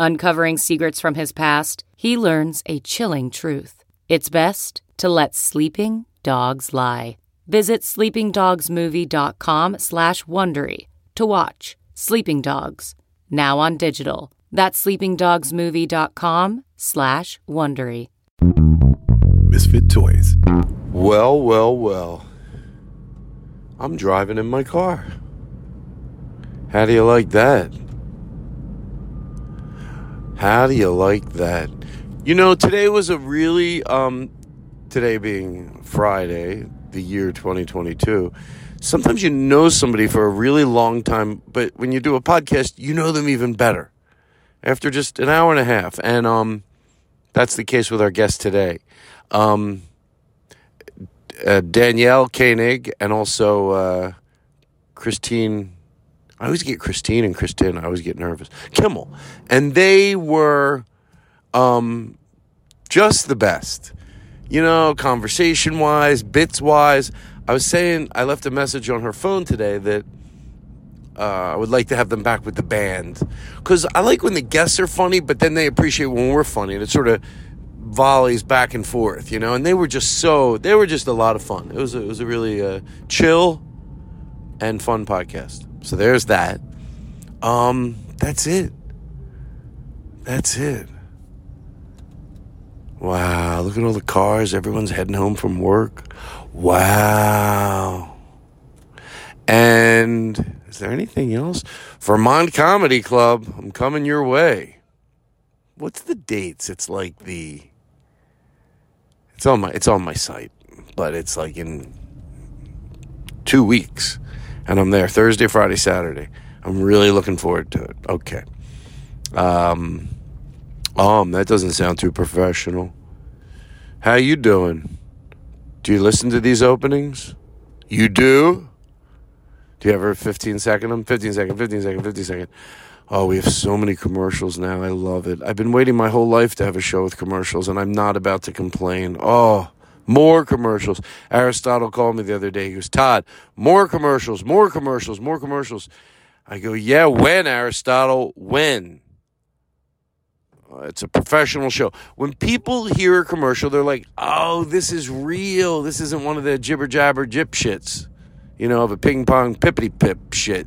Uncovering secrets from his past, he learns a chilling truth. It's best to let sleeping dogs lie. Visit sleepingdogsmovie.com slash Wondery to watch Sleeping Dogs, now on digital. That's sleepingdogsmovie.com slash Wondery. Misfit Toys. Well, well, well. I'm driving in my car. How do you like that? How do you like that? You know, today was a really um today being Friday, the year 2022. Sometimes you know somebody for a really long time, but when you do a podcast, you know them even better after just an hour and a half. And um that's the case with our guest today. Um uh, Danielle Koenig and also uh, Christine. I always get Christine and Christine. I always get nervous. Kimmel. And they were um, just the best, you know, conversation wise, bits wise. I was saying, I left a message on her phone today that uh, I would like to have them back with the band. Because I like when the guests are funny, but then they appreciate when we're funny. And it sort of volleys back and forth, you know. And they were just so, they were just a lot of fun. It was a, it was a really uh, chill and fun podcast. So there's that. Um, that's it. That's it. Wow, look at all the cars. Everyone's heading home from work. Wow. And is there anything else? Vermont Comedy Club, I'm coming your way. What's the dates? It's like the It's on my it's on my site, but it's like in 2 weeks and I'm there Thursday, Friday, Saturday. I'm really looking forward to it. Okay. Um um that doesn't sound too professional. How you doing? Do you listen to these openings? You do? Do you ever 15 second them? 15 second, 15 second, 15 second. Oh, we have so many commercials now. I love it. I've been waiting my whole life to have a show with commercials, and I'm not about to complain. Oh, more commercials. Aristotle called me the other day. He goes, Todd, more commercials, more commercials, more commercials. I go, yeah, when, Aristotle? When? Uh, It's a professional show. When people hear a commercial, they're like, oh, this is real. This isn't one of the jibber jabber jip shits, you know, of a ping pong pippity pip shit.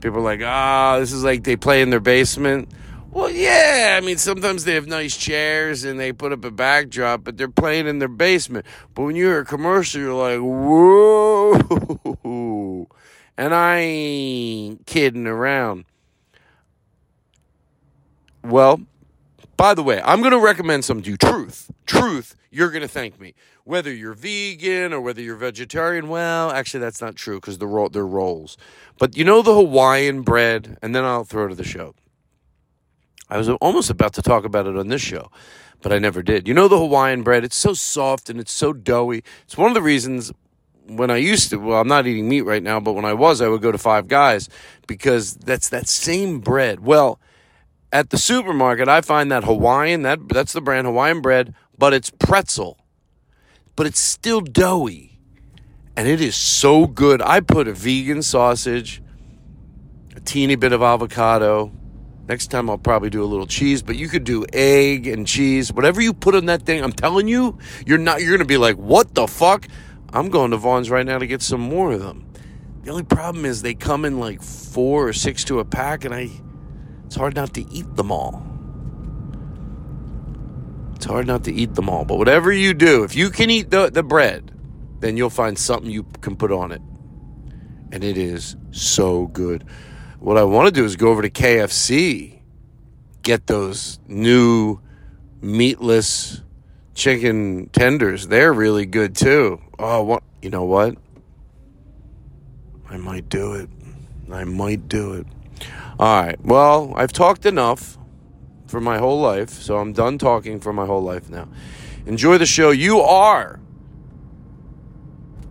People are like, ah, this is like they play in their basement. Well, yeah, I mean, sometimes they have nice chairs and they put up a backdrop, but they're playing in their basement. But when you're a commercial, you're like, whoa. And I ain't kidding around. Well, by the way, I'm going to recommend something to you. Truth. Truth, you're going to thank me. Whether you're vegan or whether you're vegetarian, well, actually, that's not true because they're, ro- they're rolls. But you know the Hawaiian bread, and then I'll throw to the show. I was almost about to talk about it on this show, but I never did. You know the Hawaiian bread? It's so soft and it's so doughy. It's one of the reasons when I used to, well, I'm not eating meat right now, but when I was, I would go to Five Guys because that's that same bread. Well, At the supermarket, I find that Hawaiian, that that's the brand Hawaiian bread, but it's pretzel. But it's still doughy. And it is so good. I put a vegan sausage, a teeny bit of avocado. Next time I'll probably do a little cheese, but you could do egg and cheese, whatever you put on that thing. I'm telling you, you're not you're going to be like, "What the fuck?" I'm going to Vaughn's right now to get some more of them. The only problem is they come in like 4 or 6 to a pack and I it's hard not to eat them all. It's hard not to eat them all, but whatever you do, if you can eat the, the bread, then you'll find something you can put on it. And it is so good. What I want to do is go over to KFC, get those new meatless chicken tenders. They're really good too. Oh, what? You know what? I might do it. I might do it. All right. Well, I've talked enough for my whole life, so I'm done talking for my whole life now. Enjoy the show. You are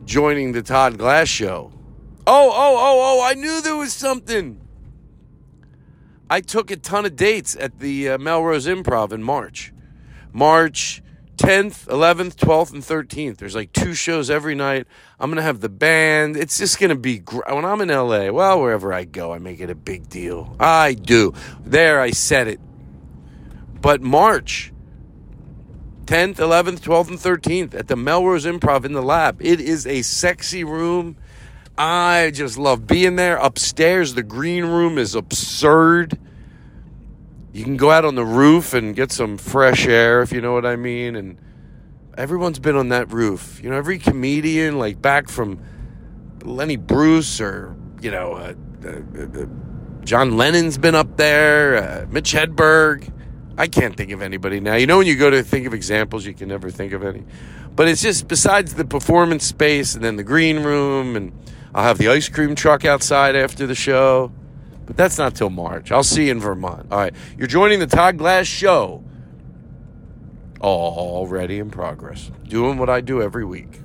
joining the Todd Glass show. Oh, oh, oh, oh, I knew there was something. I took a ton of dates at the uh, Melrose Improv in March. March 10th, 11th, 12th, and 13th. There's like two shows every night. I'm going to have the band. It's just going to be gr- when I'm in LA, well, wherever I go, I make it a big deal. I do. There, I said it. But March 10th, 11th, 12th, and 13th at the Melrose Improv in the lab. It is a sexy room. I just love being there. Upstairs, the green room is absurd. You can go out on the roof and get some fresh air, if you know what I mean. And everyone's been on that roof. You know, every comedian, like back from Lenny Bruce or, you know, uh, uh, uh, John Lennon's been up there, uh, Mitch Hedberg. I can't think of anybody now. You know, when you go to think of examples, you can never think of any. But it's just besides the performance space and then the green room, and I'll have the ice cream truck outside after the show. But that's not till March. I'll see you in Vermont. All right. You're joining the Todd Glass show. Already in progress. Doing what I do every week.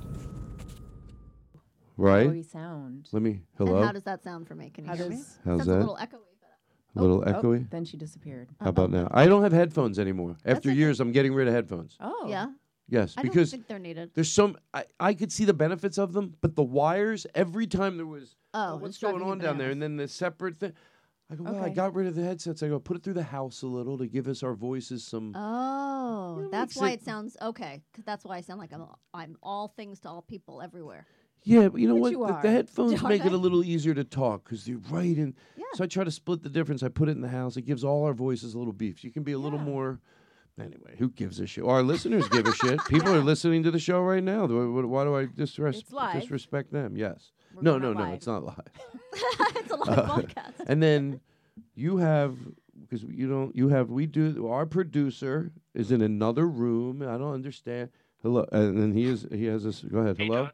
How Right? we sound. Let me. And how Hello? does that sound for me? Can you How hear does- me? How's Sounds that? a little echoey. A little Oh, echoey? then she disappeared. How about now? I don't have headphones anymore. After okay. years, I'm getting rid of headphones. Oh, Yeah. Yes, I don't because think they're needed. there's some. I, I could see the benefits of them, but the wires. Every time there was, Oh, what's it's going driving you on down there, bananas. and then the separate thing. I go, well, I Okay. got rid of the headsets. I go, put it through the house a little to give us our voices some. Oh, It that's makes why it- it, sounds okay. 'cause that's why I sound like I'm I'm all things to all people everywhere. Yeah, but you know But what? you The- the, are. headphones Are make it they? a little easier to talk because you're right in. Yeah. So I try to split the difference. I put it in the house. It gives all our voices a little beef. You can be a little more. Anyway, who gives a shit? Our listeners give a shit. People are listening to the show right now. Why, why- why do I disres- It's live. disrespect them? Yes. no, no, going out no. live. It's not live. it's a live podcast. And then you have because you don't you have we do our producer is in another room. I don't understand. Hello, and then he is he has this. Go ahead. Hello.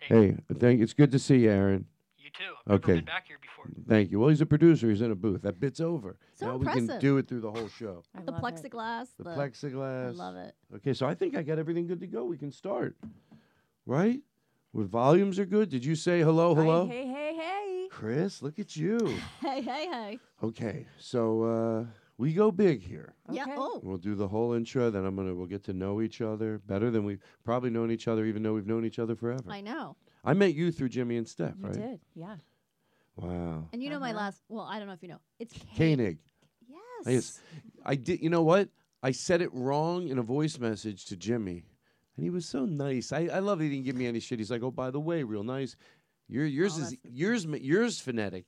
Hey, thank. It's good to see you, Aaron. You too. Okay. Back here before. Thank you. Well, he's a producer. He's in a booth. That bit's over. So now we can impressive. do it through the whole show. I The love it. plexiglass. The plexiglass. I love it. Okay, so I think I got everything good to go. We can start. Right? Where volumes are good. Did you say hello, Hi, hello? Hey, hey, hey. Chris, look at you. Hey, hey, hey. Okay, so uh, we go big here. Yeah. Okay. Oh. We'll do the whole intro, then I'm gonna we'll get to know each other better than we've probably known each other, even though we've known each other forever. I know. I met you through Jimmy and Steph, You right? did. Yeah. Wow. And you know my Uh-huh. last. Well, I don't know if you know. It's Kane. Koenig. Yes. Yes. I did. You know what? I said it wrong in a voice message to Jimmy, and he was so nice. I, I love that he didn't give me any shit. He's like, "Oh, by the way, real nice. Your yours is yours ma- yours phonetic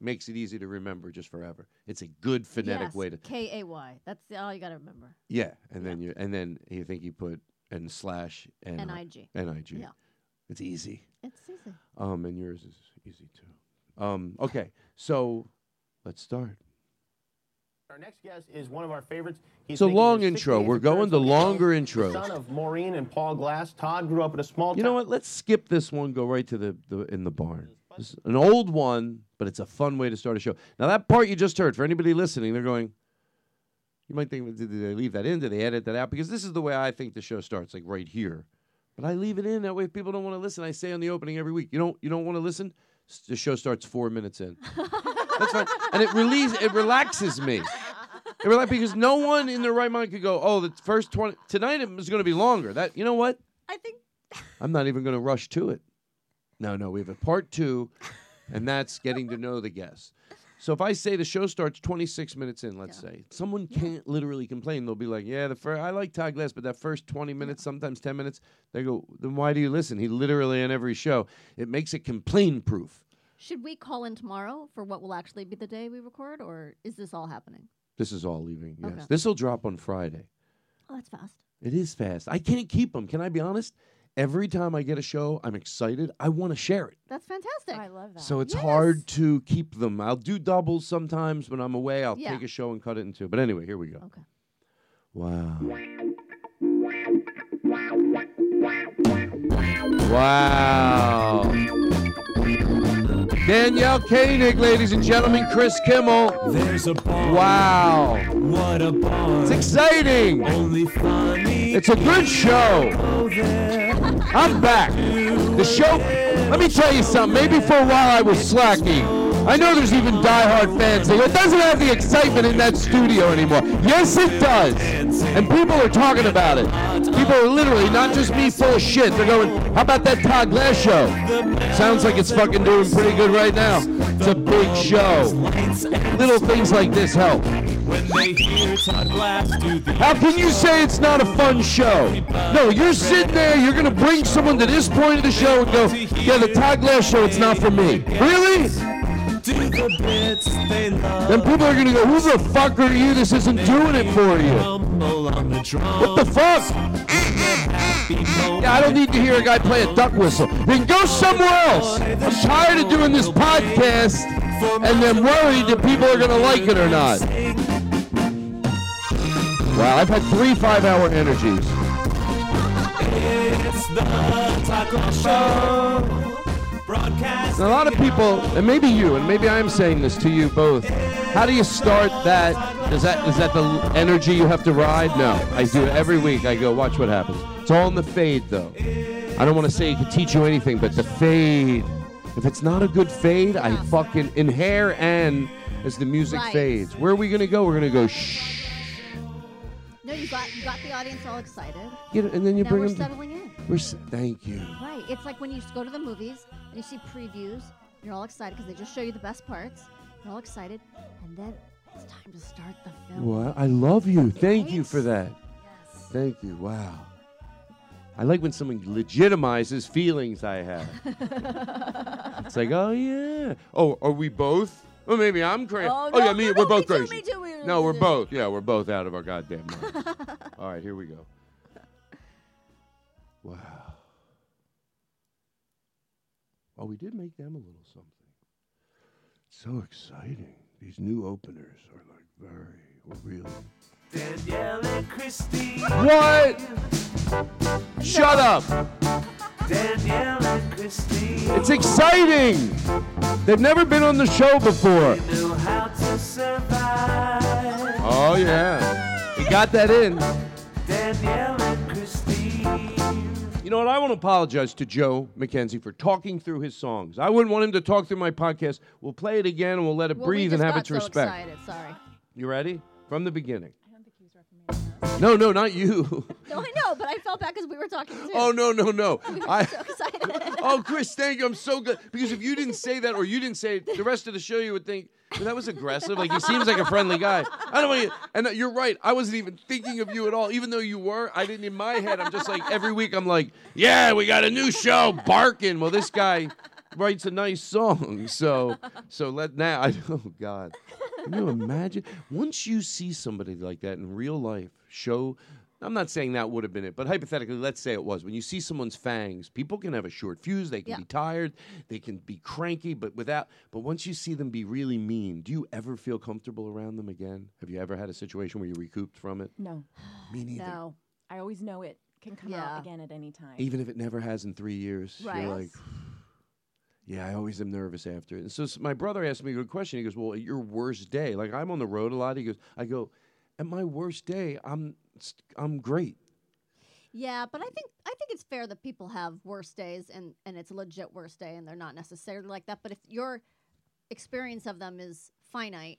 makes it easy to remember just forever. It's a good phonetic yes. way to K A Y. That's the- all you got to remember. yeah. And then you and then you think you put and slash and N I G. N I G. Yeah. It's easy. It's easy. Um, and yours is easy too. Um, okay, so let's start. Our next guest is one of our favorites. He's It's a thinking long his 60 intro. days We're of career going to is longer the Son intros. of Maureen and Paul Glass, Todd grew up in a small town. You know what? Let's skip this one. Go right to the, the in the barn. This is an old one, but it's a fun way to start a show. Now that part you just heard. For anybody listening, they're going. You might think, did they leave that in? Did they edit that out? Because this is the way I think the show starts, like right here. But I leave it in that way. If people don't want to listen, I say on the opening every week. You don't. You don't want to listen. S- The show starts four minutes in. That's fine. And it release. It relaxes me. They were like, because no one in their right mind could go, oh, the first 20, tonight it was going to be longer. That, you know what? I think I'm not even going to rush to it. No, no, we have a part two, and that's getting to know the guests. So if I say the show starts 26 minutes in, let's say, someone can't literally complain. They'll be like, yeah, the fir- I like Todd Glass, but that first 20 minutes, sometimes 10 minutes, they go, then why do you listen? He literally on every show. It makes it complain proof. should we call in tomorrow for what will actually be the day we record, or is this all happening? This is all leaving. Yes. Okay. This will drop on Friday. Oh, that's fast. It is fast. I can't keep them. Can I be honest? Every time I get a show, I'm excited. I want to share it. That's fantastic. I love that. So it's hard to keep them. I'll do doubles sometimes when I'm away. I'll Yeah. take a show and cut it in two. But anyway, here we go. Okay. Wow. Wow. Danielle Koenig, ladies and gentlemen, Chris Kimmel. There's a bomb. Wow. What a bomb. It's exciting. Only funny. It's a good show. I'm back. The show. Let me tell you something. Maybe for a while I was slacking. I know there's even diehard fans. Saying, it doesn't have the excitement in that studio anymore. Yes, it does. And people are talking about it. People are literally not just me full of shit. They're going, "How about that Todd Glass show?" Sounds like it's fucking doing pretty good right now. It's a big show. Little things like this help. When they hear Todd Glass do the How can you say it's not a fun show? No, you're sitting there, you're going to bring someone to this point of the show and go, yeah, the Todd Glass show, it's not for me. Really? do the bits they love. Then people are going to go, who the fuck are you? This isn't doing it for you. Rumble on the drum. What the fuck? Happy moment. Yeah, I don't need to hear a guy play a duck whistle. Then go somewhere else. I'm tired of doing this podcast and then worried that people are going to like it or not. Wow, I've had three five-hour energies. It's the Todd Glass Show. Broadcast. And a lot of people, and maybe you, and maybe I'm saying this to you both. How do you start that? Is that is that the energy you have to ride? No, I do it every week. I go watch what happens. It's all in the fade, though. I don't want to say it can teach you anything, but the fade. If it's not a good fade, I fucking in hair and as the music Right. fades. Where are we gonna go? We're gonna go shh. No, you got you got the audience all excited. You know, and then you now bring we're them. settling in. we're s- thank you. Right. It's like when you s- go to the movies and you see previews, you're all excited because they just show you the best parts. You're all excited, and then it's time to start the film. What? I love you. Thank you for that. Yes. Thank you. Wow. I like when someone legitimizes feelings I have. it's like, oh yeah. Oh, are we both? Oh, maybe I'm crazy. Oh, yeah, no, me. no, no, we're both me too, crazy. me too, we- no, we're both. Yeah, we're both out of our goddamn minds. All right, here we go. Wow. Oh, we did make them a little something. So exciting. These new openers are like very real. Danielle and Christy. What? Shut up. Danielle and Christy. It's exciting. They've never been on the show before. Know how to survive. Oh, yeah. We got that in. Danielle and Christy. You know what? I want to apologize to Joe McKenzie for talking through his songs. I wouldn't want him to talk through my podcast. We'll play it again and we'll let it Well, we breathe and just have got its so respect. Excited. Sorry. You ready? From the beginning. No, no, not you. No, I know, but I felt bad because we were talking too. oh, no, no, no. I. So excited. Oh, Chris, thank you. I'm so good. Because if you didn't say that or you didn't say it, the rest of the show, you would think "Well, that was aggressive. Like he seems like a friendly guy. I don't want to. And you're right. I wasn't even thinking of you at all. Even though you were, I didn't. In my head, I'm just like every week. I'm like, yeah, we got a new show, barking. Well, this guy writes a nice song, so so let now. I, oh God, can you imagine? Once you see somebody like that in real life, show. I'm not saying that would have been it, but hypothetically, let's say it was. When you see someone's fangs, people can have a short fuse. They can Yeah. be tired. They can be cranky. But without, but once you see them be really mean, do you ever feel comfortable around them again? Have you ever had a situation where you recouped from it? No, Me neither. no. I always know it can come Yeah. out again at any time. Even if it never has in three years, Right. you're like, yeah, I always am nervous after it. And so s- my brother asked me a good question. He goes, well, at your worst day, like I'm on the road a lot. He goes, I go, at my worst day, I'm st- I'm great. Yeah, but I think I think it's fair that people have worse days and and it's a legit worst day and they're not necessarily like that. But if your experience of them is finite,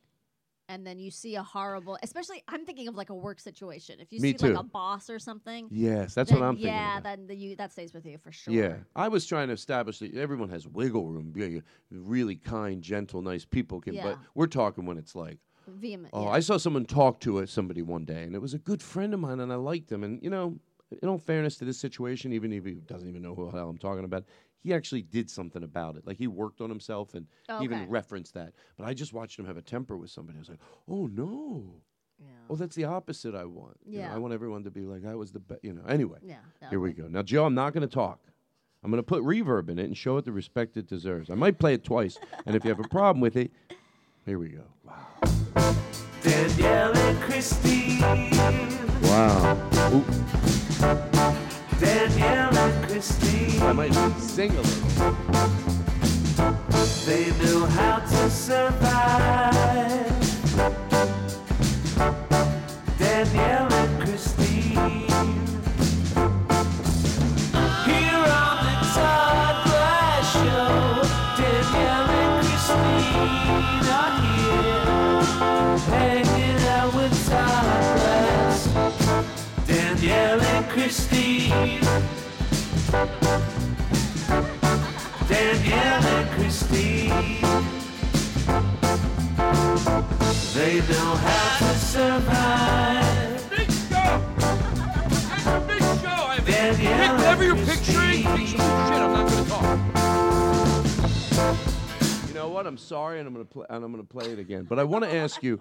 and then you see a horrible. Especially, I'm thinking of like a work situation. If you Me see too. like a boss or something. Yes, that's then what I'm thinking. Yeah, about. then the, you that stays with you for sure. Yeah, I was trying to establish that everyone has wiggle room. be- Really kind, gentle, nice people can. But Yeah. we're talking when it's like, Vehement. oh, yeah. I saw someone talk to a, somebody one day, and it was a good friend of mine, and I liked him. And you know, in all fairness to this situation, even if he doesn't even know who the hell I'm talking about, he actually did something about it. Like he worked on himself and he even Okay. referenced that. But I just watched him have a temper with somebody. I was like, oh no. Oh, that's the opposite I want. You know, Yeah. I want everyone to be like, I was the best. You know. Anyway. Yeah, that Here we go. Now, Joe, I'm not going to talk. I'm going to put reverb in it and show it the respect it deserves. I might play it twice, and if you have a problem with it, here we go. Danielle and Christine. Wow. Ooh, Danielle and Christine. I might sing a little. They knew how to survive. Danielle and Christine. Here on the Todd Glass Show, Danielle and Christine are here, hanging out with Todd Glass. Danielle and Christine. Danielle and Christine. They know how to survive. Big show! Big show! Danielle Whatever and you're picturing, picture oh, shit. I'm not gonna talk. You know what? I'm sorry, and I'm going to play and I'm going to play it again. But I want Oh to ask you,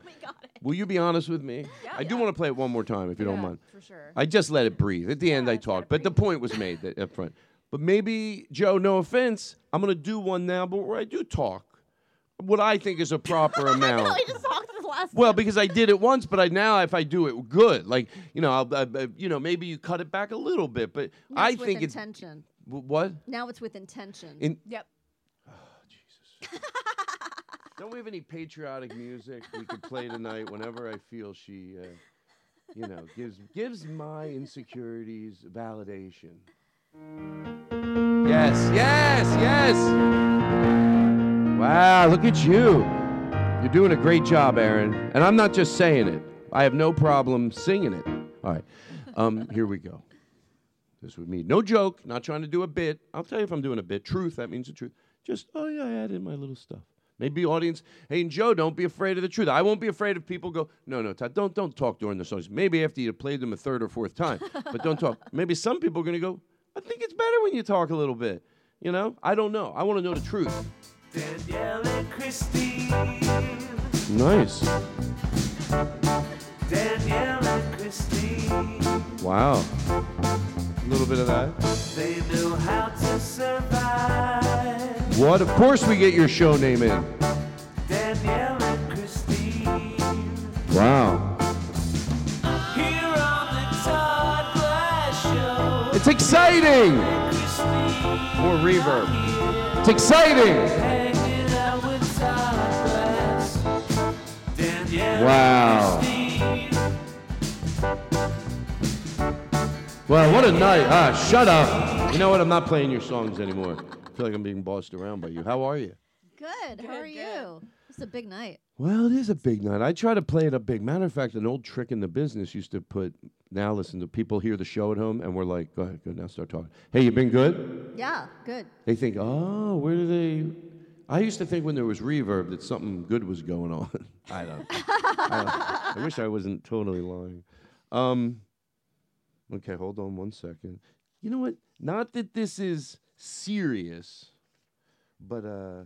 will you be honest with me? I do want to play it one more time, if you don't mind. for sure. I just let it breathe. At the end, I talked, but the point was made that, up front. But maybe, Joe, no offense, I'm going to do one now, but where I do talk, what I think is a proper amount. No, he just talked the last. Well, because I did it once, but I now if I do it good, like you know, I'll, I, I- you know, maybe you cut it back a little bit, but Now I it's with think it's intention. w- what. Now it's with intention. In- yep. Don't we have any patriotic music we could play tonight? Whenever I feel she, uh, you know, gives gives my insecurities validation. Yes, yes, yes. Wow, look at you. You're doing a great job, Aaron. And I'm not just saying it. I have no problem singing it. All right. Um, here we go. This would mean no joke, not trying to do a bit. I'll tell you if I'm doing a bit. Truth, that means the truth. Just, oh yeah, I added my little stuff. Maybe audience, hey and Joe, don't be afraid of the truth. I won't be afraid if people go, no, no, Todd, don't don't talk during the songs. Maybe after you played them a third or fourth time. but don't talk. Maybe some people are gonna go, I think it's better when you talk a little bit. You know? I don't know. I wanna know the truth. Danielle and Christine. Nice. Danielle and Christine. Wow. A little bit of that. They knew how to survive. What? Of course we get your show name in. Danielle and Christine. Wow. Here on the Todd Glass Show. It's exciting! More reverb. It's exciting! Hanging out with Todd Glass. Danielle Wow. and Christine. Well, what a night. Ah, shut up. You know what? I'm not playing your songs anymore. I feel like I'm being bossed around by you. How are you? Good. How are you? It's a big night. Well, it is a big night. I try to play it up big. Matter of fact, an old trick in the business used to put, now listen to people hear the show at home and we're like, go ahead, go now start talking. Hey, you been good? Yeah. Good. They think, oh, where do they? I used to think when there was reverb that something good was going on. I don't. I, don't- I wish I wasn't totally lying. Um, okay, hold on one second. You know what? Not that this is serious, but uh,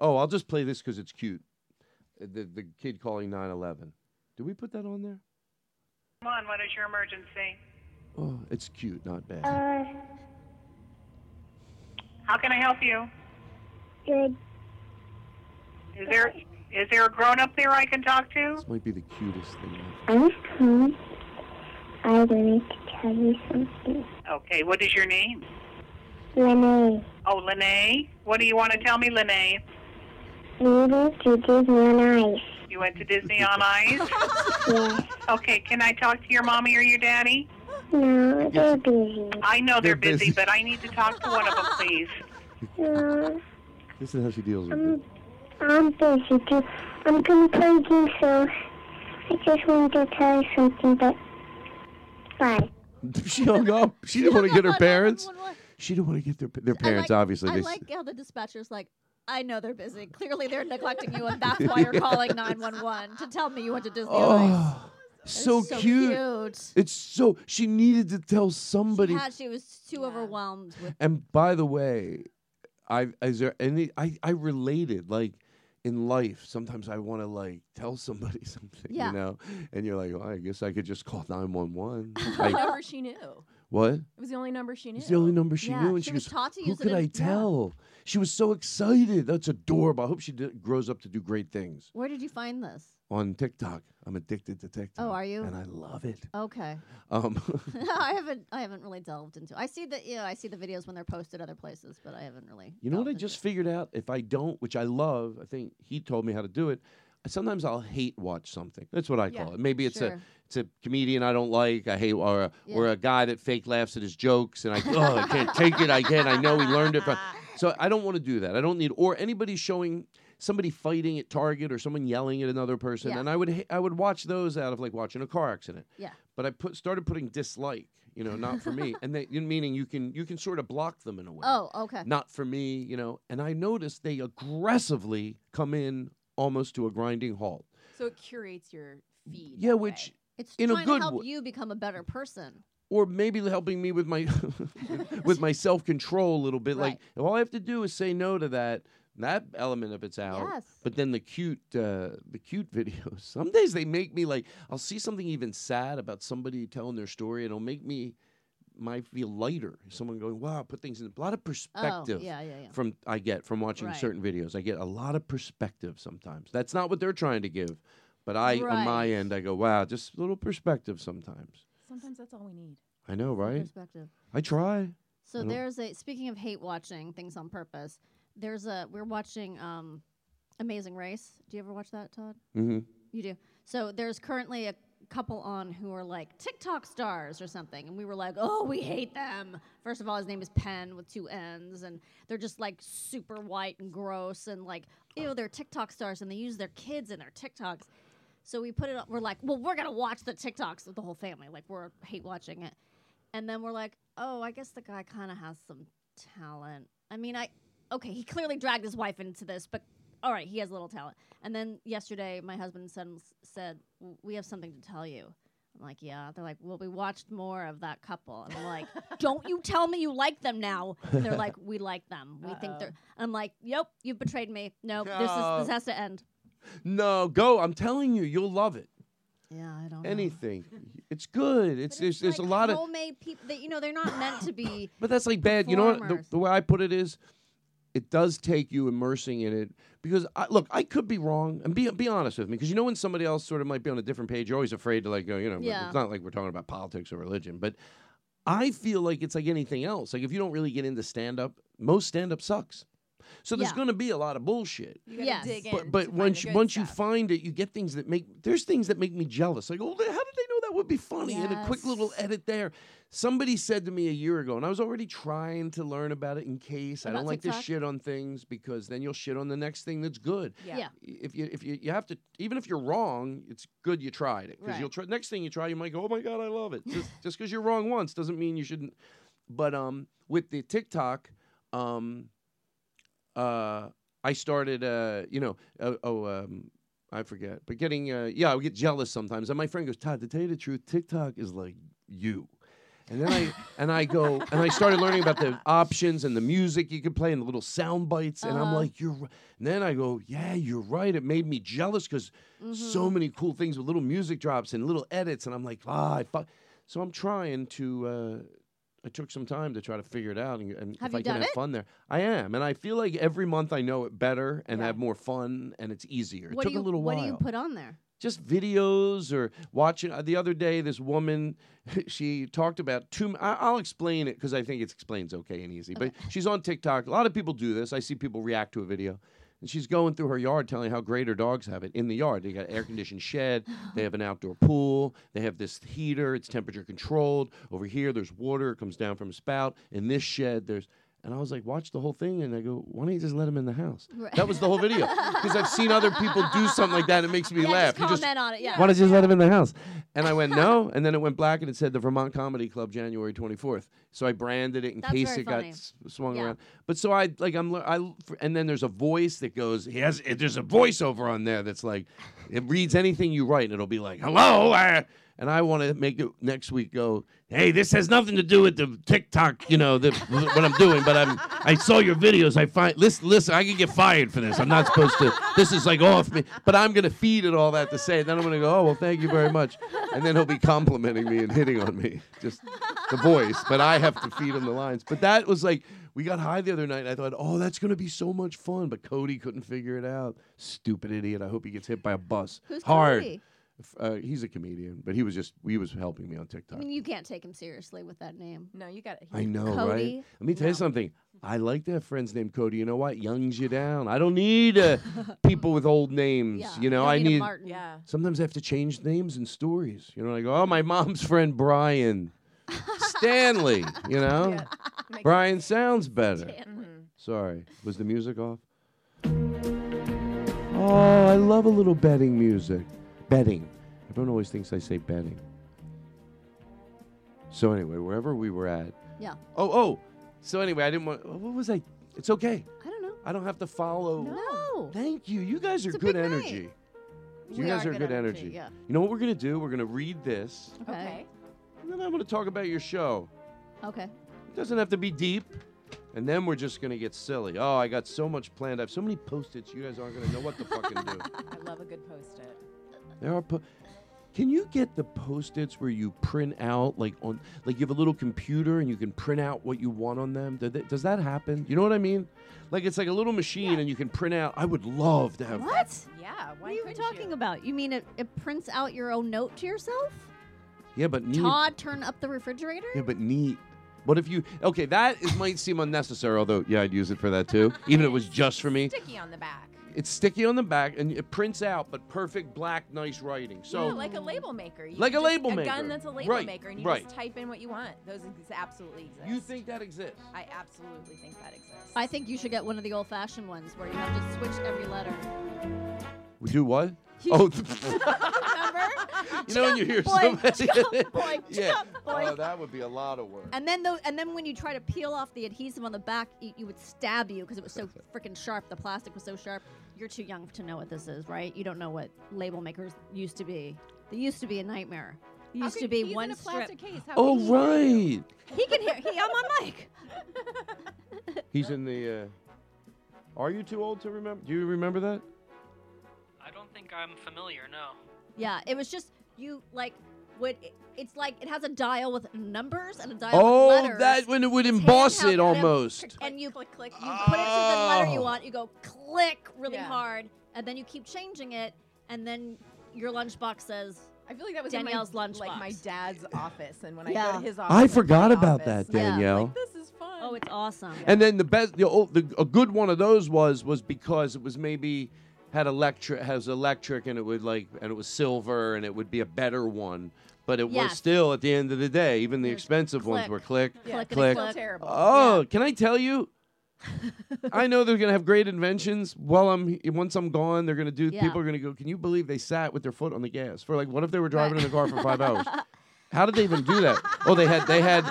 oh, I'll just play this because it's cute. Uh, The the kid calling 911. Did we put that on there? Come on, what is your emergency? Oh, it's cute, not bad. Uh, How can I help you? Good. Is there is there a grown up there I can talk to? This might be the cutest thing. I've I was calling. I wanted to tell you something. Okay, what is your name? Renee, Oh, Lene. What do you want to tell me, Lene? we went to Disney on Ice. You went to Disney on Ice? Yes. Okay, can I talk to your mommy or your daddy? No, they're busy. I know they're, They're busy. busy, but I need to talk to one of them, please. No, Um, This is how she deals with it. I'm, I'm busy too. I'm gonna play you, so I just wanted to tell you something, but bye. she hung up. She didn't want to get her parents. She didn't want to get their their parents. I like, obviously, I they s- like how the dispatcher's like, I know they're busy. Clearly, they're neglecting you, and that's why you're calling 911 to tell me you went to Disney. Oh, so, so cute. cute. It's so she needed to tell somebody. Yeah, she was too overwhelmed with. and by the way, I is there any I I related like in life sometimes I want to like tell somebody something, Yeah. you know, and you're like, well, I guess I could just call nine one one. The number she knew. It What? was the only number she knew. It's the only number she Yeah, knew, and she she, was goes, taught to "Who use it could in- I yeah. tell?" She was so excited. That's adorable. I hope she d grows up to do great things Where did you find this? on TikTok. I'm addicted to TikTok. Oh, are you? And I love it. Okay. Um, I haven't. I haven't really delved into. I see the. You know, I see the videos when they're posted other places, but I haven't really. You know what I just figured out? If I don't, which I love, I think he told me how to do it. I- Sometimes I'll hate watch something. That's what I Yeah, call it. Maybe it's a sure. it's a comedian I don't like. I hate or a, or Yeah. a guy that fake laughs at his jokes and I oh I can't take it. I can't. I know he learned it from. So I don't want to do that. I don't need or anybody showing somebody fighting at Target or someone yelling at another person. Yeah. And I would ha- I would watch those out of like watching a car accident Yeah. but I put started putting dislike, you know, not for me, and they meaning you can you can sort of block them in a way. Oh, okay. Not for me, you know. And I noticed they aggressively come in almost to a grinding halt. So it curates your feed. Yeah, which It's in trying a good to help way, you become a better person. or maybe helping me with my with my self control a little bit. Like if all I have to do is say no to that. That element of it's out, Yes. but then the cute, uh, the cute videos. Some days they make me like I'll see something even sad about somebody telling their story, and it'll make me my feel lighter. Someone going, "Wow, put things in a lot of perspective." Oh, yeah, yeah, yeah. From I get from watching Right. certain videos, I get a lot of perspective sometimes. That's not what they're trying to give, but I on my Right. end, I go, "Wow, just a little perspective sometimes." Sometimes that's all we need. I know, right? perspective. I try. So I don't- there's a speaking of hate watching things on purpose. There's a we're watching um, Amazing Race. Do you ever watch that, Todd? Mhm. You do. So there's currently a couple on who are like TikTok stars or something, and we were like, oh, we hate them. First of all, his name is Penn with two N's, and they're just like super white and gross, and like, ew, they're TikTok stars, and they use their kids in their TikToks. So we put it up. We're like, well, we're gonna watch the TikToks with the whole family. Like we're hate watching it, and then we're like, oh, I guess the guy kind of has some talent. I mean, I okay, he clearly dragged his wife into this, but all right, he has a little talent. And then yesterday, my husband son said, "W- we have something to tell you. I'm like, yeah. They're like, well, we watched more of that couple, and I'm like, don't you tell me you like them now. And they're like, we like them. We think they're. I'm like, yep, you've betrayed me. No, this is No. this has to end. No, go. I'm telling you, you'll love it. Yeah, I don't. Anything, it's good. It's, there's, there's a lot of homemade people that you know they're not meant to be. But that's like bad. You know what? The, performers. the way I put it is, it does take you immersing in it because I, look, I could be wrong, and be be honest with me because you know when somebody else sort of might be on a different page, you're always afraid to like go. You know, Yeah. it's not like we're talking about politics or religion, but I feel like it's like anything else. Like if you don't really get into stand up, most stand up sucks. So there's Yeah. going to be a lot of bullshit. You gotta Yes. dig in But, but to find the once you- good once you find it, you get things that make there's things that make me jealous. Like, oh, how did they know that would be funny? And a quick little edit there. Somebody said to me a year ago, and I was already trying to learn about it in case I About don't like to TikTok? shit on things because then you'll shit on the next thing that's good. Yeah. Yeah. If you if you you have to even if you're wrong, it's good you tried it because Right. you'll try next thing you try, you might go, oh my god, I love it. Just just because you're wrong once doesn't mean you shouldn't. But um, with the TikTok, um, uh, I started, uh, you know, uh, oh, um, I forget, but getting, uh, yeah, I would get jealous sometimes. And my friend goes, Todd, to tell you the truth, TikTok is like you. And then I and I go and I started learning about the options and the music you could play and the little sound bites and I'm Uh-huh. like you're ri-" and then I go yeah you're right it made me jealous because so Mhm. many cool things with little music drops and little edits and I'm like ah I fuck so I'm trying to uh, I took some time to try to figure it out and, and Have if you I can done have it? fun there I am and I feel like every month I know it better and have more fun and it's easier it What took do you a little What while do you put on there? just videos or watching. Uh, the other day, this woman, she talked about too. m- I, I'll explain it because I think it explains okay and easy. But she's on TikTok. A lot of people do this. I see people react to a video. And she's going through her yard telling how great her dogs have it in the yard. They got an air conditioned shed. They have an outdoor pool. They have this heater. It's temperature controlled. Over here, there's water. It comes down from a spout. In this shed, there's. And I was like, watch the whole thing. And I go, why don't you just let him in the house? That was the whole video. Because I've seen other people do something like that. And it makes me Yeah, laugh. just You just- comment on it, yeah. Why don't you just let him in the house? And I went, no. And then it went black and it said the Vermont Comedy Club, January 24th. So I branded it in That's case very it got funny. s- swung Yeah. around. But so I, like, I'm, le- I, l- f- and then there's a voice that goes, he has, it- there's a voiceover on there that's like, it reads anything you write and it'll be like, hello. I, and I want to make it next week go, hey, this has nothing to do with the TikTok, you know, the, what I'm doing, but I'm, I saw your videos. I find, listen, listen, I could get fired for this. I'm not supposed to, this is like off me, but I'm going to feed it all that to say. Then I'm going to go, oh, well, thank you very much. And then he'll be complimenting me and hitting on me, just the voice, but I have to feed him the lines. But that was like, we got high the other night and I thought, oh, that's going to be so much fun. But Cody couldn't figure it out. Stupid idiot. I hope he gets hit by a bus. Who's Hard. Cody? F- Uh, he's a comedian, but he was just, he was helping me on I TikTok. mean, you can't take him seriously with that name. No, you got it. I know, Cody? right? Let me tell you something. I like to have friends named Cody. You know what? Youngs you down. I don't need uh, people with old names. you know, I need. Yeah. Sometimes I have to change names and stories. You know, I go, oh, my mom's friend Brian, Stanley. You know, Brian sounds better. Mm-hmm. Sorry, was the music off? Oh, I love a little betting music. Betting. Everyone always thinks I say betting. So anyway, wherever we were at, Yeah. Oh, oh. So anyway, I didn't want. oh, What was I? It's okay. I don't know. I don't have to follow. No. Thank you. You guys are good energy. You We guys are are, good good energy, energy. yeah. You know what we're gonna do? We're gonna read this, Okay. and then I'm gonna talk about your show. Okay. It doesn't have to be deep. And then we're just gonna get silly. Oh, I got so much planned. I have so many post-its. You guys aren't gonna know what to fucking do. I love a good post it. There are. Po- can you get the post-its where you print out like on like you have a little computer and you can print out what you want on them? Do that- does that happen? You know what I mean? Like it's like a little machine and you can print out. I would love to have. What? Yeah. What are you talking about? You mean it, it prints out your own note to yourself? Yeah, but neat. Todd, turn up the refrigerator? Yeah, but neat. What if you? Okay, that is, might seem unnecessary. Although, yeah, I'd use it for that too. Even if it was just for me. Sticky on the back. It's sticky on the back and it prints out, but perfect black, nice writing. So yeah, like a label maker. You Like can a just- label A gun maker. that's a label Right, maker, and you right. just type in what you want. Those ex- absolutely exist. You think that exists? I absolutely think that exists. I think you should get one of the old fashioned ones where you have to switch every letter. we do what? Oh, you know when you hear Jump boy, somebody. jump boy, yeah. jump boy. Oh, that would be a lot of work. And then though, and then when you try to peel off the adhesive on the back, y- you would stab you because it was so freaking sharp. The plastic was so sharp. You're too young to know what this is, right? You don't know what label makers used to be. They used to be a nightmare. They How used to could- be he's in one a plastic strip. case. How Oh could he- right. He can hear. He, I'm on mic. He's in the. Uh, are you too old to remember? Do you remember that? I don't think I'm familiar, no. Yeah, it was just you like would. it- It's like it has a dial with numbers and a dial Oh, with letters. that when it would It's emboss handheld, it and almost. And you click, click. You put it to the letter you Oh. want. You go click really Yeah. hard, and then you keep changing it, and then your lunchbox says. I feel like that was Danielle's in my, lunchbox. like my dad's office, and when I Yeah. go to his office, I I'm forgot like, about office. that, Danielle. This is fun. Oh, it's awesome. And then the best, the, old, the a good one of those was was because it was maybe had electric has electric and it would like and it was silver and it would be a better one, but it was Yes. still at the end of the day even the expensive ones were click Yeah. Click and click. click. Still terrible. Oh, can I tell you? I know they're gonna have great inventions. While I'm once I'm gone, they're gonna do. Yeah. People are gonna go. Can you believe they sat with their foot on the gas for like? What if they were driving in the car for five hours? How did they even do that? Oh, they had they had,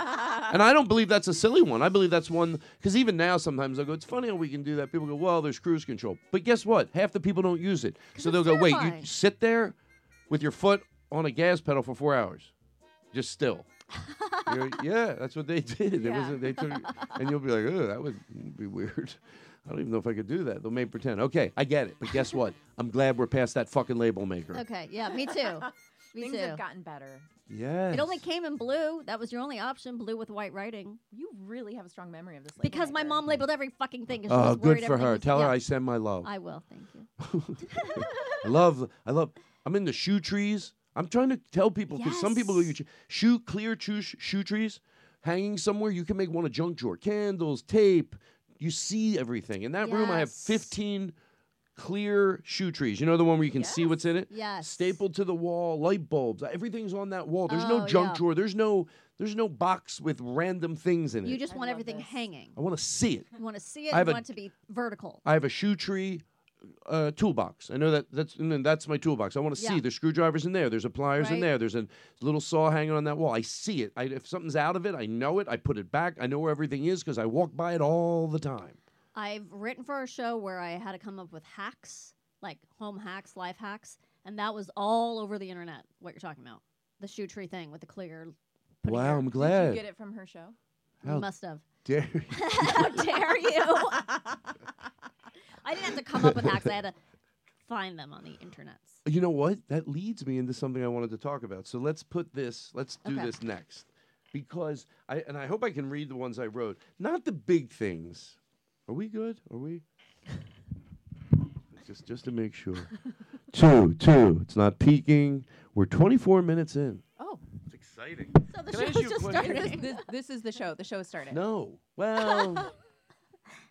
and I don't believe that's a silly one. I believe that's one because even now sometimes they'll go. It's funny how we can do that. People go, well, there's cruise control, but guess what? Half the people don't use it, so they'll go, wait, terrifying. you sit there with your foot on a gas pedal for four hours, just still. You're- yeah, that's what they did. It Yeah. wasn't they took, and you'll be like, oh, that would be weird. I don't even know if I could do that. They'll make pretend. Okay, I get it, but guess what? I'm glad we're past that fucking label maker. Okay, yeah, me too. Me Things too. have gotten better. Yeah. It only came in blue. That was your only option, blue with white writing. You really have a strong memory of this. Label Because my mom labeled every fucking thing. 'cause she Oh, was good worried for everything her. was- Tell her yeah. I send my love. I will. Thank you. I love, I love. I'm in the shoe trees. I'm trying to tell people because some people go, you ch- shoe clear shoe shoe trees, hanging somewhere. You can make one of junk drawer, candles, tape. You see everything in that room. I have 15 clear shoe trees. You know the one where you can see what's in it. Yes. Stapled to the wall, light bulbs. Everything's on that wall. There's Oh, no junk yeah. drawer. There's no There's no box with random things in it. You just want everything hanging. I want to see it. You want to see it. You I have a- want it to be vertical. I have a shoe tree uh, toolbox. I know that that's and then that's my toolbox. I want to Yeah. see there's screwdrivers in there. There's a pliers Right. in there. There's a little saw hanging on that wall. I see it. I, if something's out of it, I know it. I put it back. I know where everything is because I walk by it all the time. I've written for a show where I had to come up with hacks, like home hacks, life hacks, and that was all over the internet. What you're talking about, the shoe tree thing with the clear. putting Wow, your- I'm glad. Get it from her show. You Oh. must have. Dare How dare you? I didn't have to come up with hacks. I had to find them on the internet. You know what? That leads me into something I wanted to talk about. So let's put this, let's do Okay. this next. Because I and I hope I can read the ones I wrote. Not the big things. Are we good? Are we? just just to make sure. two, two. It's not peaking. We're 24 minutes in. Oh. It's exciting. So the Can I show ask is you a just question? This, starting. this, this is the show. The show is starting. No. Well,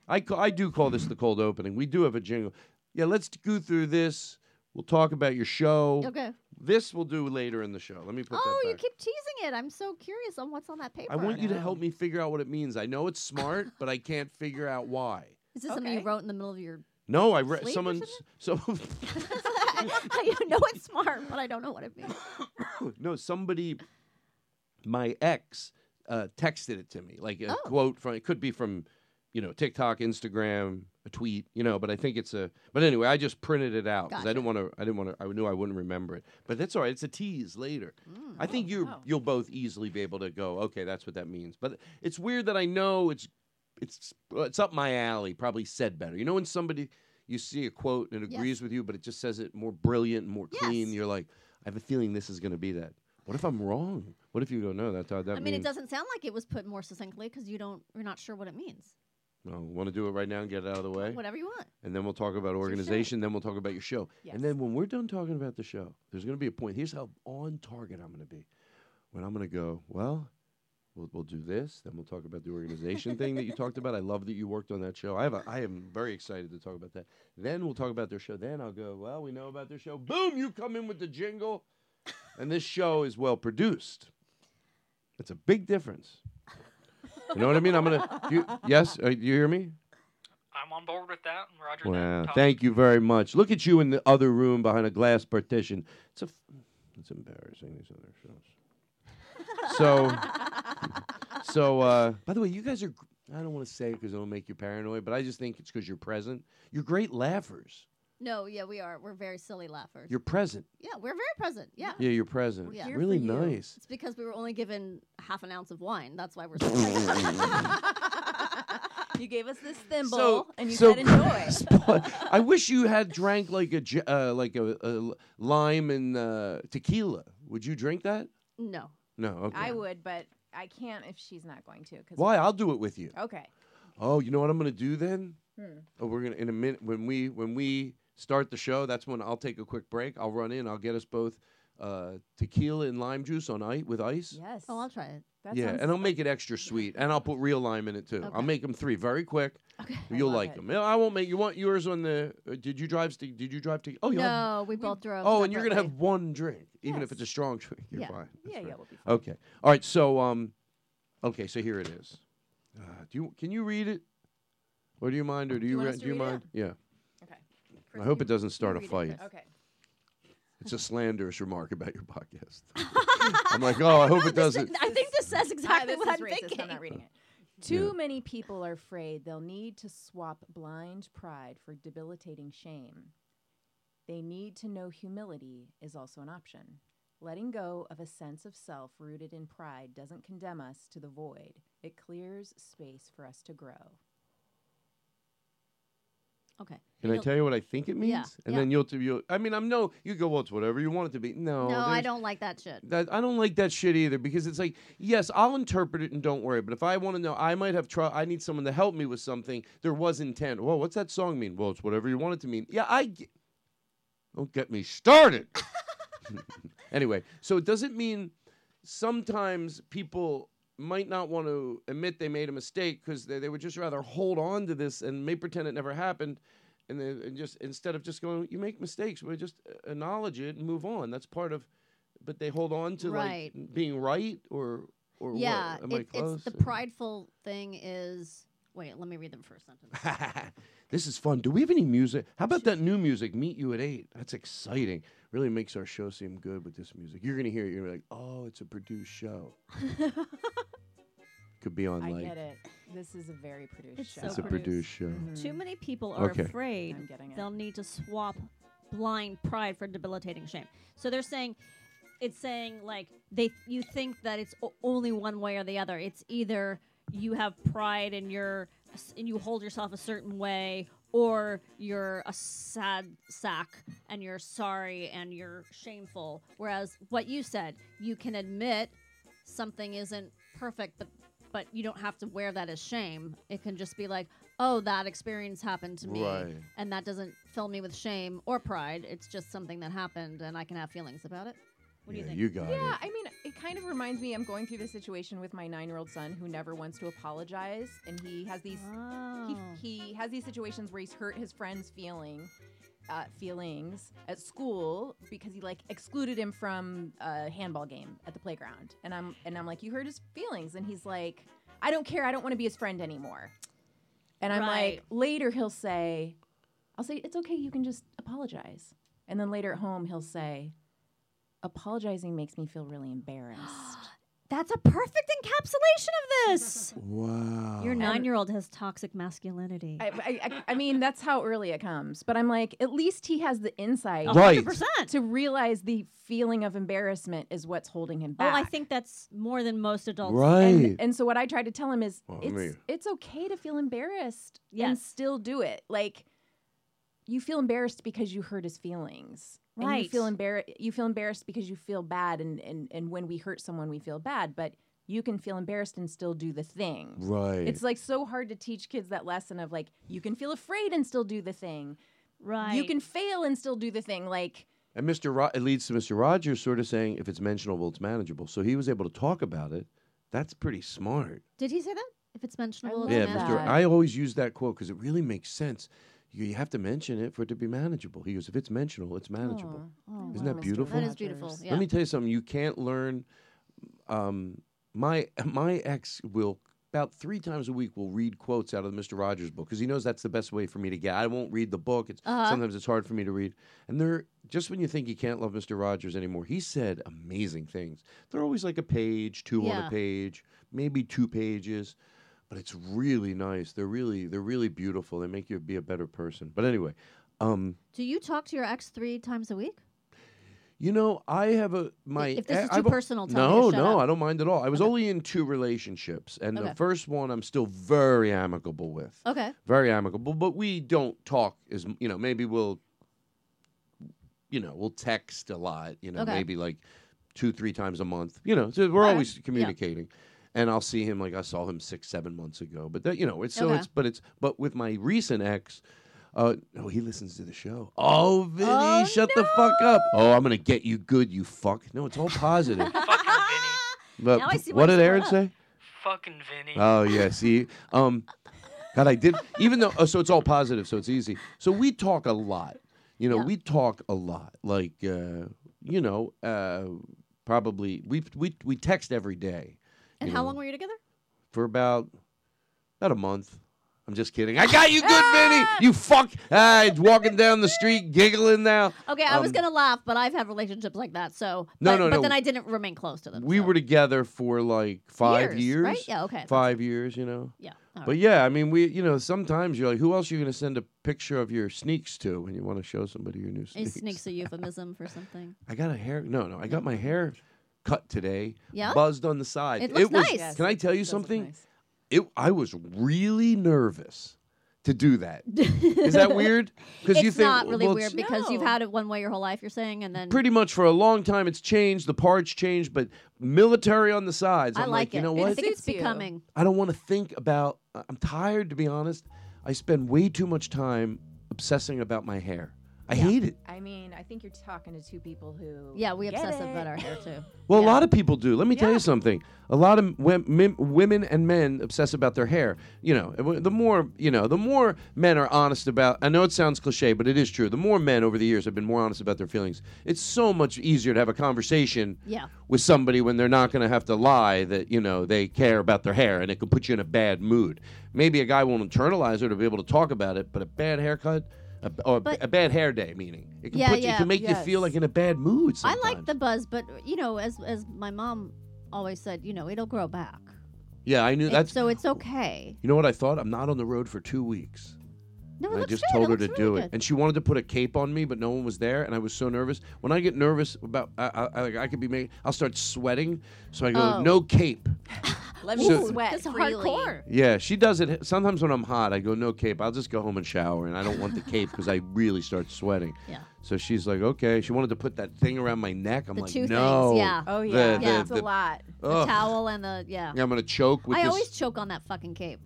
I ca- I do call this the cold opening. We do have a jingle. Yeah, let's go through this. We'll talk about your show. Okay. This we'll do later in the show. Let me put that Oh, back. you keep teasing it. I'm so curious on what's on that paper. I want you to help me figure out what it means. I know it's smart, but I can't figure out why. Is this something you wrote in the middle of your? No, I read Sleep or someone. So I know it's smart, but I don't know what it means. no, somebody. My ex uh, texted it to me, like a Oh. quote from. It could be from, you know, TikTok, Instagram, a tweet, you know. But I think it's a. But anyway, I just printed it out because I didn't want to. I didn't want to. I knew I wouldn't remember it. But that's all right. It's a tease later. Mm, I oh, think you are you'll both easily be able to go. Okay, that's what that means. But it's weird that I know it's it's it's up my alley. Probably said better. You know when somebody you see a quote and it Yes. agrees with you, but it just says it more brilliant, more clean. You're like, I have a feeling this is going to be that. What if I'm wrong? What if you go, no, that that I mean, it means- doesn't sound like it was put more succinctly because you don't. You're not sure what it means. No, want to "Oh, do it right now and get it out of the way. Whatever you want. And then we'll talk about organization. Then we'll talk about your show. Yes. And then when we're done talking about the show, there's going to be a point. Here's how on target I'm going to be. When I'm going to go, well, we'll we'll do this. Then we'll talk about the organization thing that you talked about. I love that you worked on that show. I have a, I am very excited to talk about that. Then we'll talk about their show. Then I'll go. Well, we know about their show. Boom! You come in with the jingle, and this show is well produced. It's a big difference. You know what I mean? I'm gonna. You, yes, uh, you hear me? I'm on board with that. Roger. Wow. Thank you very much. Look at you in the other room behind a glass partition. It's a, f- it's embarrassing. These other shows. So, so uh, by the way, you guys are. gr- I don't want to say it because it'll make you paranoid, but I just think it's because you're present. You're great laughers. No, yeah, we are. We're very silly laughers. You're present. yeah, we're very present. Yeah. Yeah, you're present. Yeah. Really nice. It's because we were only given half an ounce of wine. That's why we're. so silly. You gave us this thimble So- and you so said enjoy. But I wish you had drank like a j- uh, like a, a l- lime and uh, tequila. Would you drink that? no. No. Okay. I would, but I can't if she's not going to. 'cause- Why? I'll do it with you. Okay. Oh, you know what I'm gonna do then? Hmm. Oh, we're gonna in a minute when we when we start the show. That's when I'll take a quick break. I'll run in. I'll get us both uh, tequila and lime juice on ice with ice. Yes. Oh, I'll try it. yeah, and I'll make it extra sweet, and I'll put real lime in it too. I'll Okay. make them three very quick. Okay. You'll like them. I won't make you want yours on the. Uh, did you drive? To, did you drive to? Oh, no, you'll have- we, both drove. Oh, and you're gonna have separately. one drink, even if it's a strong drink. You're Yeah. fine. Yeah, yeah, we'll be fine. Okay. All right. So, um, okay. So here it is. Uh, do you can you read it, or do you mind, or do, you want re- us to do you read it? mind? Yeah. Okay. I hope it doesn't start a read it, fight. Chris. Okay. It's a slanderous remark about your podcast. I'm like, oh, I hope it doesn't. I think this says exactly this what is I'm racist. thinking. I'm not reading it. Too many people are afraid they'll need to swap blind pride for debilitating shame. They need to know humility is also an option. Letting go of a sense of self rooted in pride doesn't condemn us to the void, it clears space for us to grow. Okay. Can I tell you what I think it means? Yeah, And yeah. then you'll, you'll. I mean, I'm no. You go. Well, it's whatever you want it to be. No. no, I there's- don't like that shit. That I don't like that shit either because it's like, yes, I'll interpret it and don't worry. But if I want to know, I might have trouble. I need someone to help me with something. There was intent. Well, what's that song mean? Well, it's whatever you want it to mean. Yeah, I g- don't get me started. anyway, so it doesn't mean sometimes people might not want to admit they made a mistake because they, they would just rather hold on to this and may pretend it never happened and then and just instead of just going you make mistakes we just uh, acknowledge it and move on that's part of but they hold on to Right. like being right or or what? yeah, Am I it, close? it's the prideful thing is. Wait, let me read the first sentence. this is fun. Do we have any music? How about that new music, Meet You at Eight? That's exciting. Really makes our show seem good with this music. You're gonna hear it. You're gonna be like, oh, it's a produced show. Could be on I like get it. This is a very produced It's show. It's so a produced show. Too many people are Okay. afraid they'll need to swap blind pride for debilitating shame. So they're saying it's saying like they you think that it's o- only one way or the other. It's either you have pride and you're and you hold yourself a certain way or you're a sad sack and you're sorry and you're shameful. Whereas what you said, you can admit something isn't perfect, but but you don't have to wear that as shame. It can just be like, oh, that experience happened to me, Right. and that doesn't fill me with shame or pride. It's just something that happened, and I can have feelings about it. What do Yeah, you think? you got Yeah, it. I mean, it kind of reminds me. I'm going through this situation with my nine-year-old son who never wants to apologize, and he has these Oh. he, he has these situations where he's hurt his friend's feeling uh, feelings at school because he like excluded him from a handball game at the playground, and I'm and I'm like, you hurt his feelings, and he's like, I don't care, I don't want to be his friend anymore, and I'm Right. like, later he'll say, I'll say it's okay, you can just apologize, and then later at home he'll say apologizing makes me feel really embarrassed. That's a perfect encapsulation of this. Wow. Your nine-year-old has toxic masculinity. I, I, I, I mean, that's how early it comes. But I'm like, at least he has the insight, A hundred Right. percent. to realize the feeling of embarrassment is what's holding him Oh, back. I think that's more than most adults. Right. And, and so what I try to tell him is, Well, I it's mean- it's okay to feel embarrassed and Yes. still do it. Like, you feel embarrassed because you hurt his feelings. And you Right. feel embarrassed. You feel embarrassed because you feel bad, and, and and when we hurt someone, we feel bad. But you can feel embarrassed and still do the thing. Right. It's like so hard to teach kids that lesson of like you can feel afraid and still do the thing. Right. You can fail and still do the thing. Like And Mr. Ro- it leads to Mr. Rogers sort of saying, if it's mentionable, it's manageable. So he was able to talk about it. That's pretty smart. Did he say that? If it's mentionable, yeah, it's Mr. manageable. I always use that quote because it really makes sense. You, you have to mention it for it to be manageable. He goes, if it's mentionable, it's manageable. Oh, Isn't wow. that beautiful? That is beautiful. Yeah. Let me tell you something. You can't learn. Um, my my ex will about three times a week will read quotes out of the Mister Rogers book because he knows that's the best way for me to get. I won't read the book. It's, Uh-huh. Sometimes it's hard for me to read. And they're just when you think you can't love Mister Rogers anymore, he said amazing things. They're always like a page, two on Yeah. a page, maybe two pages. But it's really nice. They're really they're really beautiful. They make you be a better person. But anyway, um, Do you talk to your ex three times a week? you know, I have a my. if this I- is I've too al- personal, tell me no, to shut no, up. I don't mind at all. I was only in two relationships, and Okay. the first one I'm still very amicable with. Okay. Very amicable, but we don't talk as m- you know. Maybe we'll, you know, we'll text a lot. You know, Okay. maybe like two, three times a month. You know, so we're Alright. always Yeah. communicating. And I'll see him like I saw him six, seven months ago. But that you know, it's so Okay. it's but it's but with my recent ex, uh, oh, he listens to the show. Oh, Vinny, Oh, shut the fuck up. Oh, I'm gonna get you good, you fuck. No, it's all positive. But Now I see why what you did split Aaron up. say? Fucking Vinny. Oh yeah, see, um, God, I did. Even though, oh, so it's all positive, so it's easy. So we talk a lot. You know, we talk a lot. Like, uh, you know, uh, probably we we we text every day And how long were you together? for about about a month. I'm just kidding. I got you good, Vinny. You fuck. Ah, he's walking down the street giggling now. Okay, I was Um, gonna laugh, but I've had relationships like that. So No, but, no, but no. then I didn't remain close to them. We were together for like five Years, years. right? Yeah, okay, that's- Five years, you know. Yeah, But all yeah, I mean, we, you know, sometimes you're like, who else are you going to send a picture of your sneaks to when you want to show somebody your new It sneaks? sneaks a euphemism for something. I got a hair. No, no, I got my hair cut today. Yeah? Buzzed on the side. It looks was. nice. Yes, Can I it tell you does look something? It. I was really nervous to do that. Is that weird? it's you think not really well, weird it's- because you've had it one way your whole life. You're saying, and then pretty much for a long time it's changed the parts changed but military on the sides I i'm like you it. know It what suits It's you. becoming. i don't want to think about I- i'm tired to be honest i spend way too much time obsessing about my hair I hate it. I mean, I think you're talking to two people who. Yeah, we get obsessive it. about our hair too. Well, a lot of people do. Let me tell you something. A lot of wom- mim- women and men obsess about their hair. You know, w- the more you know, the more men are honest about. I know it sounds cliche, but it is true. The more men over the years have been more honest about their feelings, it's so much easier to have a conversation Yeah. with somebody when they're not going to have to lie that you know they care about their hair, and it could put you in a bad mood. Maybe a guy won't internalize it or be able to talk about it, but a bad haircut. A, or a, But- a bad hair day, meaning it can, Yeah, put you, it yeah. can make you Yes. feel like in a bad mood. I Sometimes. like the buzz, but you know, as as my mom always said, you know, it'll grow back. Yeah, I knew And that's. so it's okay. You know what I thought? I'm not on the road for two weeks. No, it And I looks just Oh, good. told her it to looks do really it, good. and she wanted to put a cape on me, but no one was there, and I was so nervous. When I get nervous about, I, I, I, like, I could be making, I'll start sweating. So I go, Oh. no cape. Let me So- sweat That's freely. hardcore. Yeah, she does it. Sometimes when I'm hot, I go no cape. I'll just go home and shower, and I don't want the cape because I really start sweating. Yeah. So she's like, okay. She wanted to put that thing around my neck. I'm The like, two no. things, yeah. Oh The- yeah, the- yeah, it's a the- lot. The Ugh. towel and the yeah. Yeah, I'm gonna choke with I this. always choke on that fucking cape.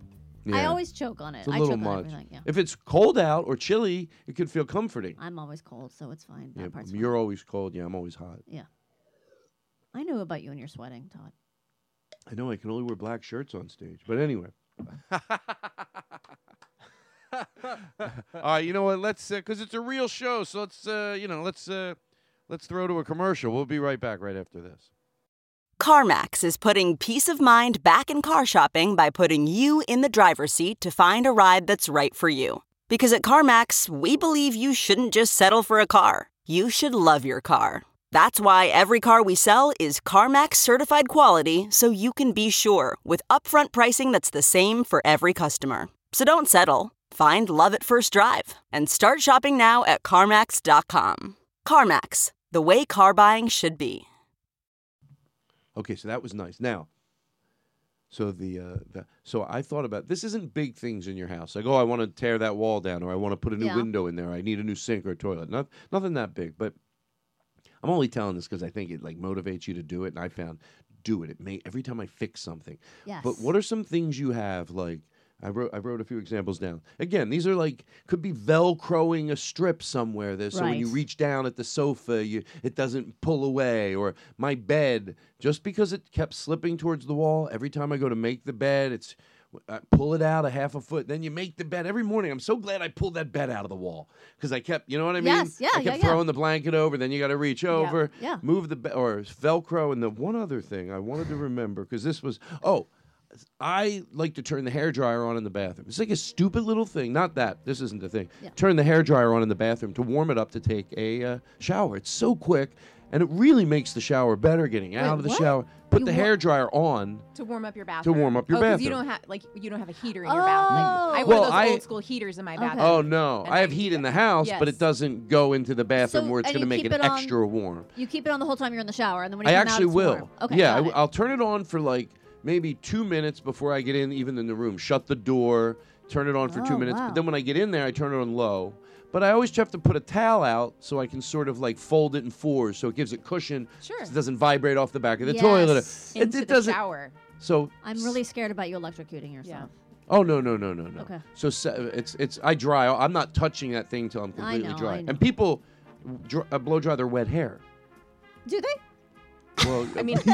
I Yeah. always choke on it. It's a I little choke on much. everything. Yeah. If it's cold out or chilly, it could feel comforting. I'm always cold, so it's fine. That Yeah, um, part's fine. you're always cold. Yeah, I'm always hot. Yeah. I know about you and your sweating, Todd. I know I can only wear black shirts on stage, but anyway. All right, you know what? Let's because it's a real show, so let's uh, you know let's uh, let's throw to a commercial. We'll be right back right after this. CarMax is putting peace of mind back in car shopping by putting you in the driver's seat to find a ride that's right for you. Because at CarMax, we believe you shouldn't just settle for a car, you should love your car. That's why every car we sell is CarMax certified quality so you can be sure with upfront pricing that's the same for every customer. So don't settle. Find love at first drive and start shopping now at CarMax.com. CarMax, the way car buying should be. Okay, so that was nice. Now, so the, uh, the so I thought about this isn't big things in your house. Like, oh, I want to tear that wall down, or I want to put a new Yeah. window in there. I need a new sink or toilet. Not, nothing that big, but I'm only telling this because I think it like motivates you to do it. And I found do it. It may every time I fix something. But Yes. what are some things you have like? I wrote, I wrote a few examples down. Again, these are like could be velcroing a strip somewhere. There, so when you Right. reach down at the sofa, you it doesn't pull away. Or my bed, just because it kept slipping towards the wall. Every time I go to make the bed, it's I pull it out a half a foot. Then you make the bed every morning. I'm so glad I pulled that bed out of the wall because I kept, you know what I mean? Yes, yeah, I yeah, kept yeah. throwing the blanket over. Then you got to reach over, yeah. move the be- or Velcro. And the one other thing I wanted to remember because this was oh. I like to turn the hairdryer on in the bathroom. It's like a stupid little thing. Not that. This isn't the thing. Yeah. Turn the hairdryer on in the bathroom to warm it up to take a uh, shower. It's so quick and it really makes the shower better getting out Wait, of the what? shower. Put You the wa- hairdryer on. To warm up your To bathroom. warm up your oh, 'cause You bathroom. Oh. don't have like you don't have a heater in your bathroom. Like, I wear Well, those I- old school heaters in my bathroom. Oh no, I have heat in the house, but Yes. it doesn't go into the bathroom So- where it's and going to you make keep it it, on- extra warm. You keep it on the whole time you're in the shower, and then when you Oh. I come out, actually it's will. warm. Okay. yeah, I got w- it. I'll turn it on for like maybe two minutes before I get in, even in the room. Shut the door, turn it on for two Oh, minutes. wow. But then when I get in there, I turn it on low. But I always have to put a towel out so I can sort of like fold it in fours, so it gives it cushion. Sure. So it doesn't vibrate off the back of the toilet. Yes. It, Into it the doesn't. shower. So I'm really scared about you electrocuting yourself. Oh no no no no no. Okay. So se- it's it's I dry. I'm not touching that thing till I'm I completely know, dry. I know. And people dr- uh, blow dry their wet hair. Do they? Well, I mean-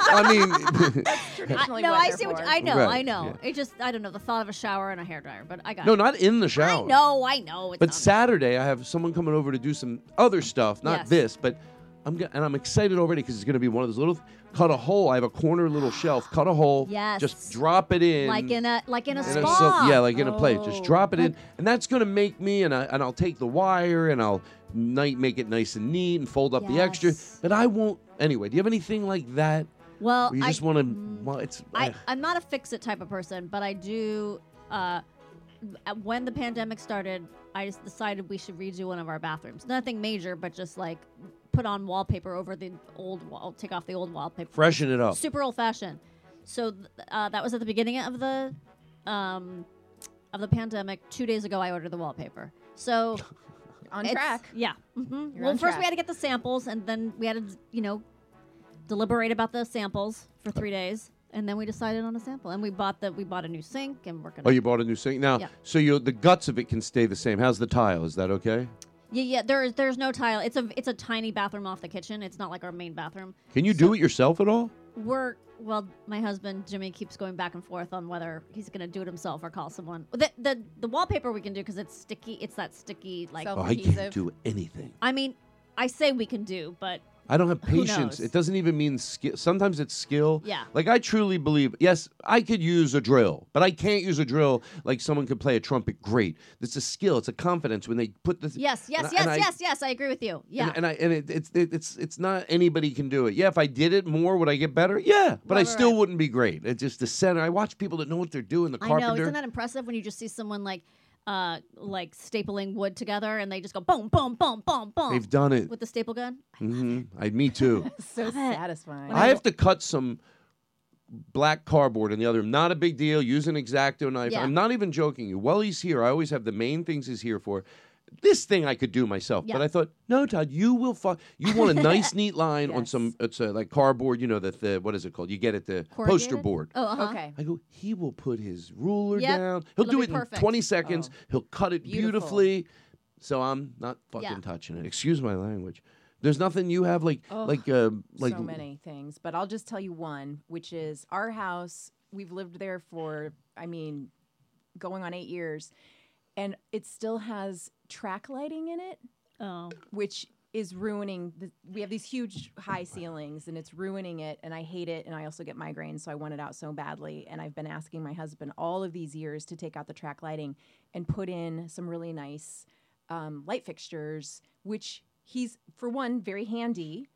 I mean, I, no, what I they're see what you, for. I know. Right, I know. It just I don't know the thought of a shower and a hair dryer, but I got no, it. not in the shower. I know, I know. It's But not- Saturday, I have someone coming over to do some other stuff, not Yes. this, but I'm go- and I'm excited already because it's going to be one of those little cut a hole. I have a corner little shelf, cut a hole, Yes. just drop it in, like in a like in a In a spa. Oh. so- yeah, like in a plate. Just drop it in, and that's gonna make me and I and I'll take the wire and I'll night make it nice and neat and fold up the extra. But I won't anyway. Do you have anything like that? Well, where you I- mm, just want to. Well, it's eh. I, ugh. I'm not a fix it type of person, but I do. Uh, uh, when the pandemic started, I just decided we should redo one of our bathrooms. Nothing major, but just like put on wallpaper over the old wall, take off the old wallpaper, Freshen it up. Super old fashioned. So th- uh, that was at the beginning of the um, of the pandemic. Two days ago, I ordered the wallpaper. So On it's- track. Yeah. hmm You're Well, on first we track. had to get the samples, and then we had to, you know, deliberate about the samples for three days, and then we decided on a sample, and we bought the we bought a new sink, and we're gonna. Oh, you bought a new sink now, Yeah. so you the guts of it can stay the same. How's the tile? Is that okay? Yeah, yeah. There's there's no tile. It's a it's a tiny bathroom off the kitchen. It's not like our main bathroom. Can you do it yourself at all? We're well, my husband Jimmy keeps going back and forth on whether he's gonna do it himself or call someone. The the, the wallpaper we can do because it's sticky. It's that sticky like. Oh, I can't do anything. I mean, I say we can do, but I don't have Who knows? patience. It doesn't even mean skill. Sometimes it's skill. Yeah. Like I truly believe, yes, I could use a drill, but I can't use a drill like someone could play a trumpet great. It's a skill. It's a confidence when they put the. yes, yes, and I- yes, and I- yes, yes. I agree with you. Yeah. And, and I and it, it's it, it's it's not anybody can do it. Yeah, if I did it more, would I get better? Yeah, but I Right, right, still wouldn't be great. It's just the center. I watch people that know what they're doing. The I carpenter. know. Isn't that impressive when you just see someone like, uh, like stapling wood together and they just go boom, boom, boom, boom, boom. They've done it. with the staple gun. hmm I me too. so satisfying. I have to cut some black cardboard in the other room. Not a big deal. Use an exacto knife. Yeah. I'm not even joking you. While he's here, I always have the main things he's here for. This thing I could do myself, but Yeah. I thought, no, Todd, you will find. You want a nice, neat line on some, it's a, like cardboard. You know that the what is it called? You get it the poster Corrugated? board. Oh, uh-huh. okay. I go. He will put his ruler Yep. down. He'll It'll do be it in perfect. 20 seconds. Oh. He'll cut it Beautiful. beautifully. So I'm not fucking Yeah. touching it. Excuse my language. There's nothing you have like Ugh, like uh, like so many things, but I'll just tell you one, which is our house. We've lived there for, I mean, going on eight years, and it still has track lighting in it, oh. which is ruining. The, we have these huge high ceilings, and it's ruining it, and I hate it, and I also get migraines, so I want it out so badly. And I've been asking my husband all of these years to take out the track lighting and put in some really nice um, light fixtures, which he's for one very handy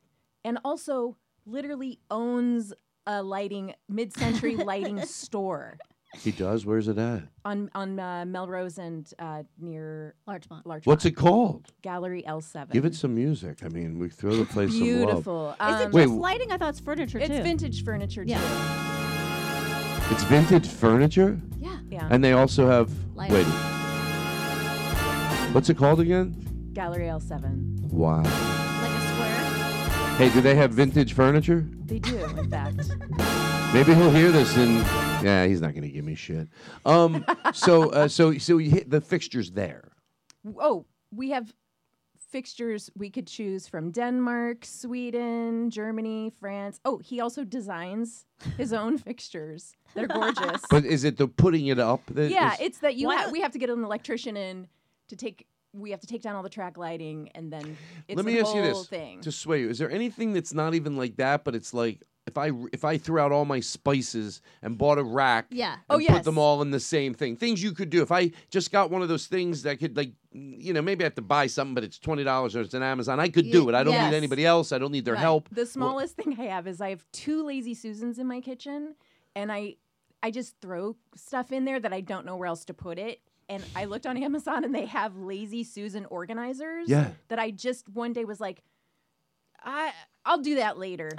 and also literally owns a lighting mid-century lighting store He does. Where's it at? on on uh, Melrose and uh, near Larchmont. Larchmont. What's it called? Gallery L seven. Give it some music. I mean, we throw the place beautiful. some love. Um, Wait, lighting? I thought it's furniture it's vintage furniture yeah. it's vintage furniture. Yeah. Yeah. And they also have. Lighting. Wait. What's it called again? too. Gallery L seven. Wow. Like a square. Hey, do they have vintage furniture? They do, in fact. Maybe he'll hear this and yeah, he's not gonna give me shit. Um, so uh, so so you hit the fixtures there. Oh, we have fixtures we could choose from Denmark, Sweden, Germany, France. Oh, he also designs his own fixtures. They're gorgeous. But is it the putting it up? That yeah, is- it's that you Why ha- not- we have to get an electrician in to take we have to take down all the track lighting and then it's Let me the ask you whole this: thing. to sway you, is there anything that's not even like that, but it's like if I if I threw out all my spices and bought a rack, Yeah. and Oh, put them all in the same thing. Things you could do if I just got one of those things that I could like, you know, maybe I have to buy something, but it's twenty dollars or it's an Amazon. I could do Ye- it. I don't yes. need anybody else. I don't need their Right. help. The Well, smallest thing I have is I have two lazy susans in my kitchen and I I just throw stuff in there that I don't know where else to put it. And I looked on Amazon and they have lazy susan organizers Yeah. that I just one day was like I I'll do that later.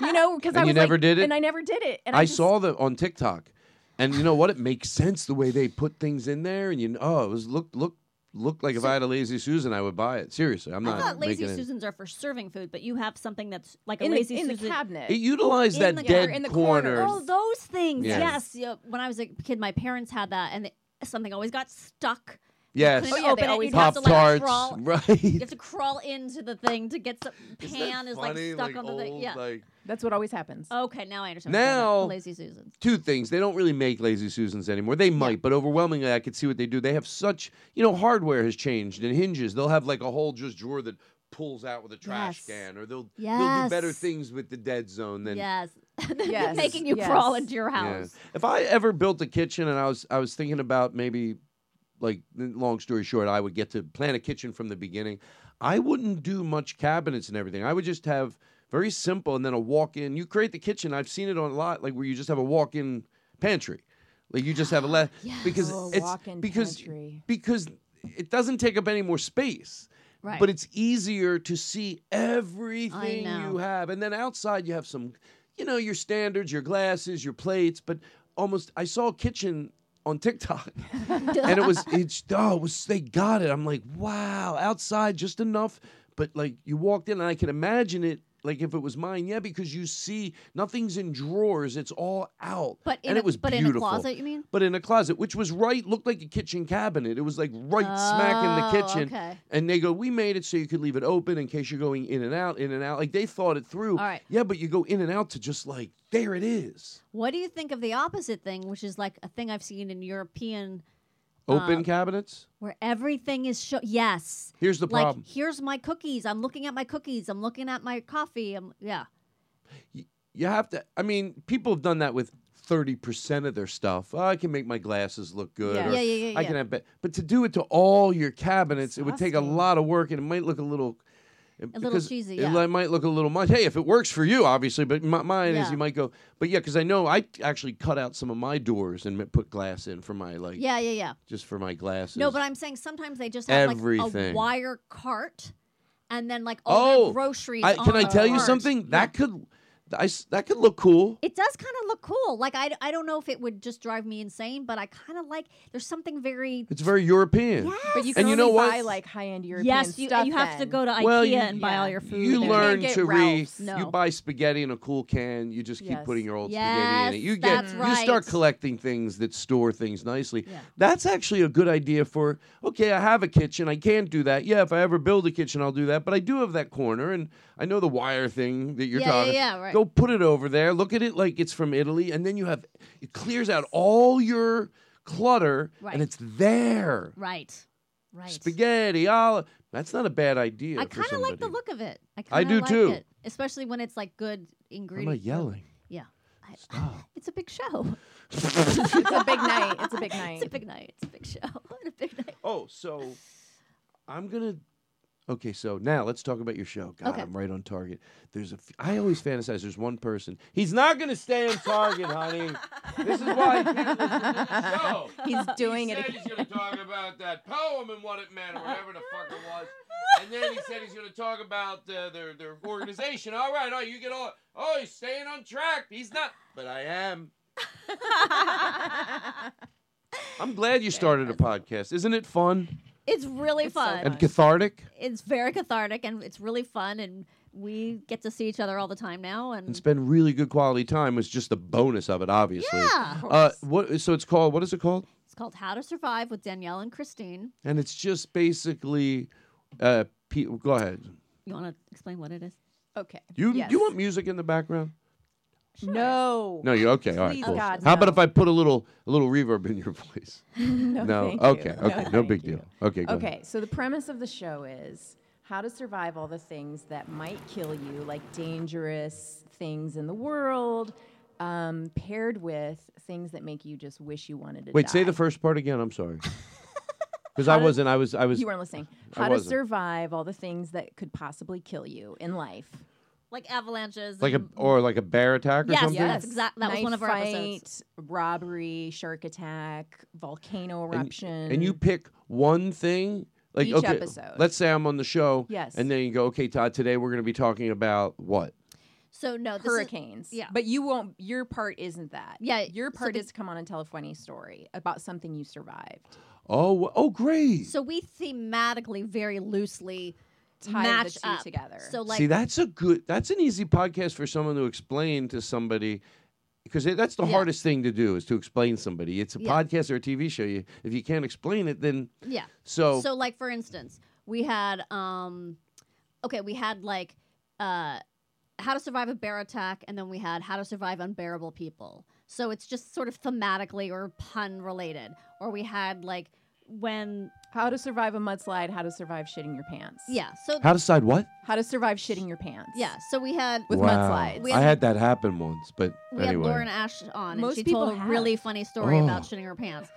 you know, because I And you was like- never did it? and I never did it. And I, I, just- saw them on TikTok, and you know what? It makes sense the way they put things in there, and you know, oh, it was look look look like if I had a lazy Susan, I would buy it. Seriously, I'm not I thought lazy making it. susans are for serving food, but you have something that's like In a the- lazy in the susan cabinet. It utilized In that the dead corner- in the corner. corner. Oh, those things. Yeah. Yes. Yeah, when I was a kid, my parents had that, and it, something always got stuck. You Yes. couldn't Oh, yeah, open they it. always You'd have Pop to, like, Tarts, crawl- right. You have to crawl into the thing to get some. Pan is, like funny? stuck Like, on the thing. old, Yeah. like- that's what always happens. okay, now I understand. Now- lazy Susan. Two things. They don't really make lazy Susans anymore. They might, but overwhelmingly, I could see what they do. They have such, you know, hardware has changed and hinges. They'll have like a whole just drawer that pulls out with a trash Yes. can, or they'll they'll do better Yes. things with the dead zone than Yes. Yes, Making you yes. crawl into your Yeah. house. If I ever built a kitchen and I was I was thinking about maybe like n- long story short, I would get to plan a kitchen from the beginning. I wouldn't do much cabinets and everything. I would just have very simple and then a walk-in. You create the kitchen. I've seen it on a lot like where you just have a walk-in pantry. Like you just have a le- because Oh, it's walk-in because pantry. because it doesn't take up any more space. Right. But it's easier to see everything know. you have. And then outside you have some, you know, your standards, your glasses, your plates, but almost I saw a kitchen on TikTok. and it was it's oh, it was they got it. I'm like, wow, outside just enough, but like you walked in and I can imagine it Like if it was mine, yeah, because you see nothing's in drawers; it's all out. But in and a- it was but in a beautiful. closet, you mean? But in a closet, which was right, looked like a kitchen cabinet. It was like right smack in the Oh, kitchen. okay. And they go, "We made it so you could leave it open in case you're going in and out, in and out." Like they thought it through. All right. Yeah, but you go in and out to just like there it is, What do you think of the opposite thing, which is like a thing I've seen in European open Uh, cabinets. where everything is show? Yes. Here's the like, problem. Here's my cookies. I'm looking at my cookies. I'm looking at my coffee. I'm yeah. you have to i mean people have done that with 30% of their stuff oh, i can make my glasses look good Yeah. or Yeah, yeah, yeah, i yeah. can have be- but to do it to all your cabinets it would take a lot of work and it might look a little eh, A little because cheesy, it yeah. li- might look a little much. Hey, if it works for you, obviously, but my, mine is Yeah. you might go. But yeah, because I know I actually cut out some of my doors and ma- put glass in for my like. Yeah, yeah, yeah. Just for my glasses. No, but I'm saying sometimes they just have like a Everything. wire cart, and then like all oh, their groceries. I, on can I the tell you cart. something? That could, I s that could look cool. It does kind of look cool. Like I, I don't know if it would just drive me insane, but I kind of like. There's something very. It's very European. But you And can only you know what? buy like high end European Yes, you, stuff. you have to then. go to IKEA Well, you- and buy all your food. You there. learn get to read. Ralph's. You No. buy spaghetti in a cool can. You just Yes. keep putting your old Yes, spaghetti in it. You get. that's You right. start collecting things that store things nicely. That's actually a good idea for. Okay, I have a kitchen. I can do that. Yeah, if I ever build a kitchen, I'll do that. But I do have that corner, and I know the wire thing that you're Yeah, yeah, talking. yeah, right. Go put it over there. Look at it like it's from Italy, and then you have. It clears out all your clutter, Right. and it's there. Right, right. Spaghetti, olive. That's not a bad idea. I kind of like the look of it. I, I kinda do like too. It, especially when it's like good ingredients. yelling. Yeah. I, It's a big show. it's a big night. It's a big night. It's a big night. It's a big show. And a big night. Oh, so I'm gonna. Okay, so now let's talk about your show. God, Okay. I'm right on target. There's a. F- I always fantasize. There's one person. He's not gonna stay on target, honey. This is why. he picked this show. He's doing he it said He's gonna talk about that poem and what it meant, or whatever the fuck it was. And then he said he's gonna talk about uh, their their organization. All right, oh you get all. Oh, he's staying on track. He's not. But I am. I'm glad you started a podcast. Isn't it fun It's really fun. and cathartic? It's very cathartic and it's really fun and we get to see each other all the time now and and spend really good quality time was just the bonus of it, obviously. Yeah. Of course. Uh, what? So it's called. What is it called? it's called How to Survive with Danielle and Christine. And it's just basically. Uh, pe- go ahead. You want to explain what it is? Okay. You Yes. you want music in the background? No. No, you okay? All right, Please, cool. God, How about no. if I put a little a little reverb in your voice? no. thank you. Okay. Okay. No, thank big you. deal. Okay. Go Okay. Ahead. So the premise of the show is how to survive all the things that might kill you, like dangerous things in the world, um, paired with things that make you just wish you wanted to. Wait. die. Say the first part again. I'm sorry. Because I How to- wasn't. I was. I was. You weren't listening. I How to wasn't. survive all the things that could possibly kill you in life. Like avalanches. Like a and- or like a bear attack or Yes, something. yes. exact- that was Knife one of our fight, episodes. Robbery, shark attack, volcano eruption. and you pick one thing like Each okay episode. let's say i'm on the show Yes. and then you go okay todd today we're going to be talking about what So no, this is- hurricanes. yeah. But you won't your part isn't that. Yeah, Your so part the- is to come on and tell a funny story about something you survived. oh wh- oh great So we thematically very loosely Tie the match two up. together. So like see that's a good that's an easy podcast for someone to explain to somebody because that's the Yeah. hardest thing to do is to explain somebody it's a Yeah. podcast or a tv show you, if you can't explain it then Yeah. So- so like for instance, we had um okay, we had like uh how to survive a bear attack and then we had how to survive unbearable people. So it's just sort of thematically or pun related. Or we had like when How to survive a mudslide, how to survive shitting your pants. yeah, so how to decide what How to survive shitting your pants. yeah, so we had With wow. mudslides. We i had- had that happen once but we anyway had Lauren Ash on Most and she people told a have. really funny story about shitting her pants.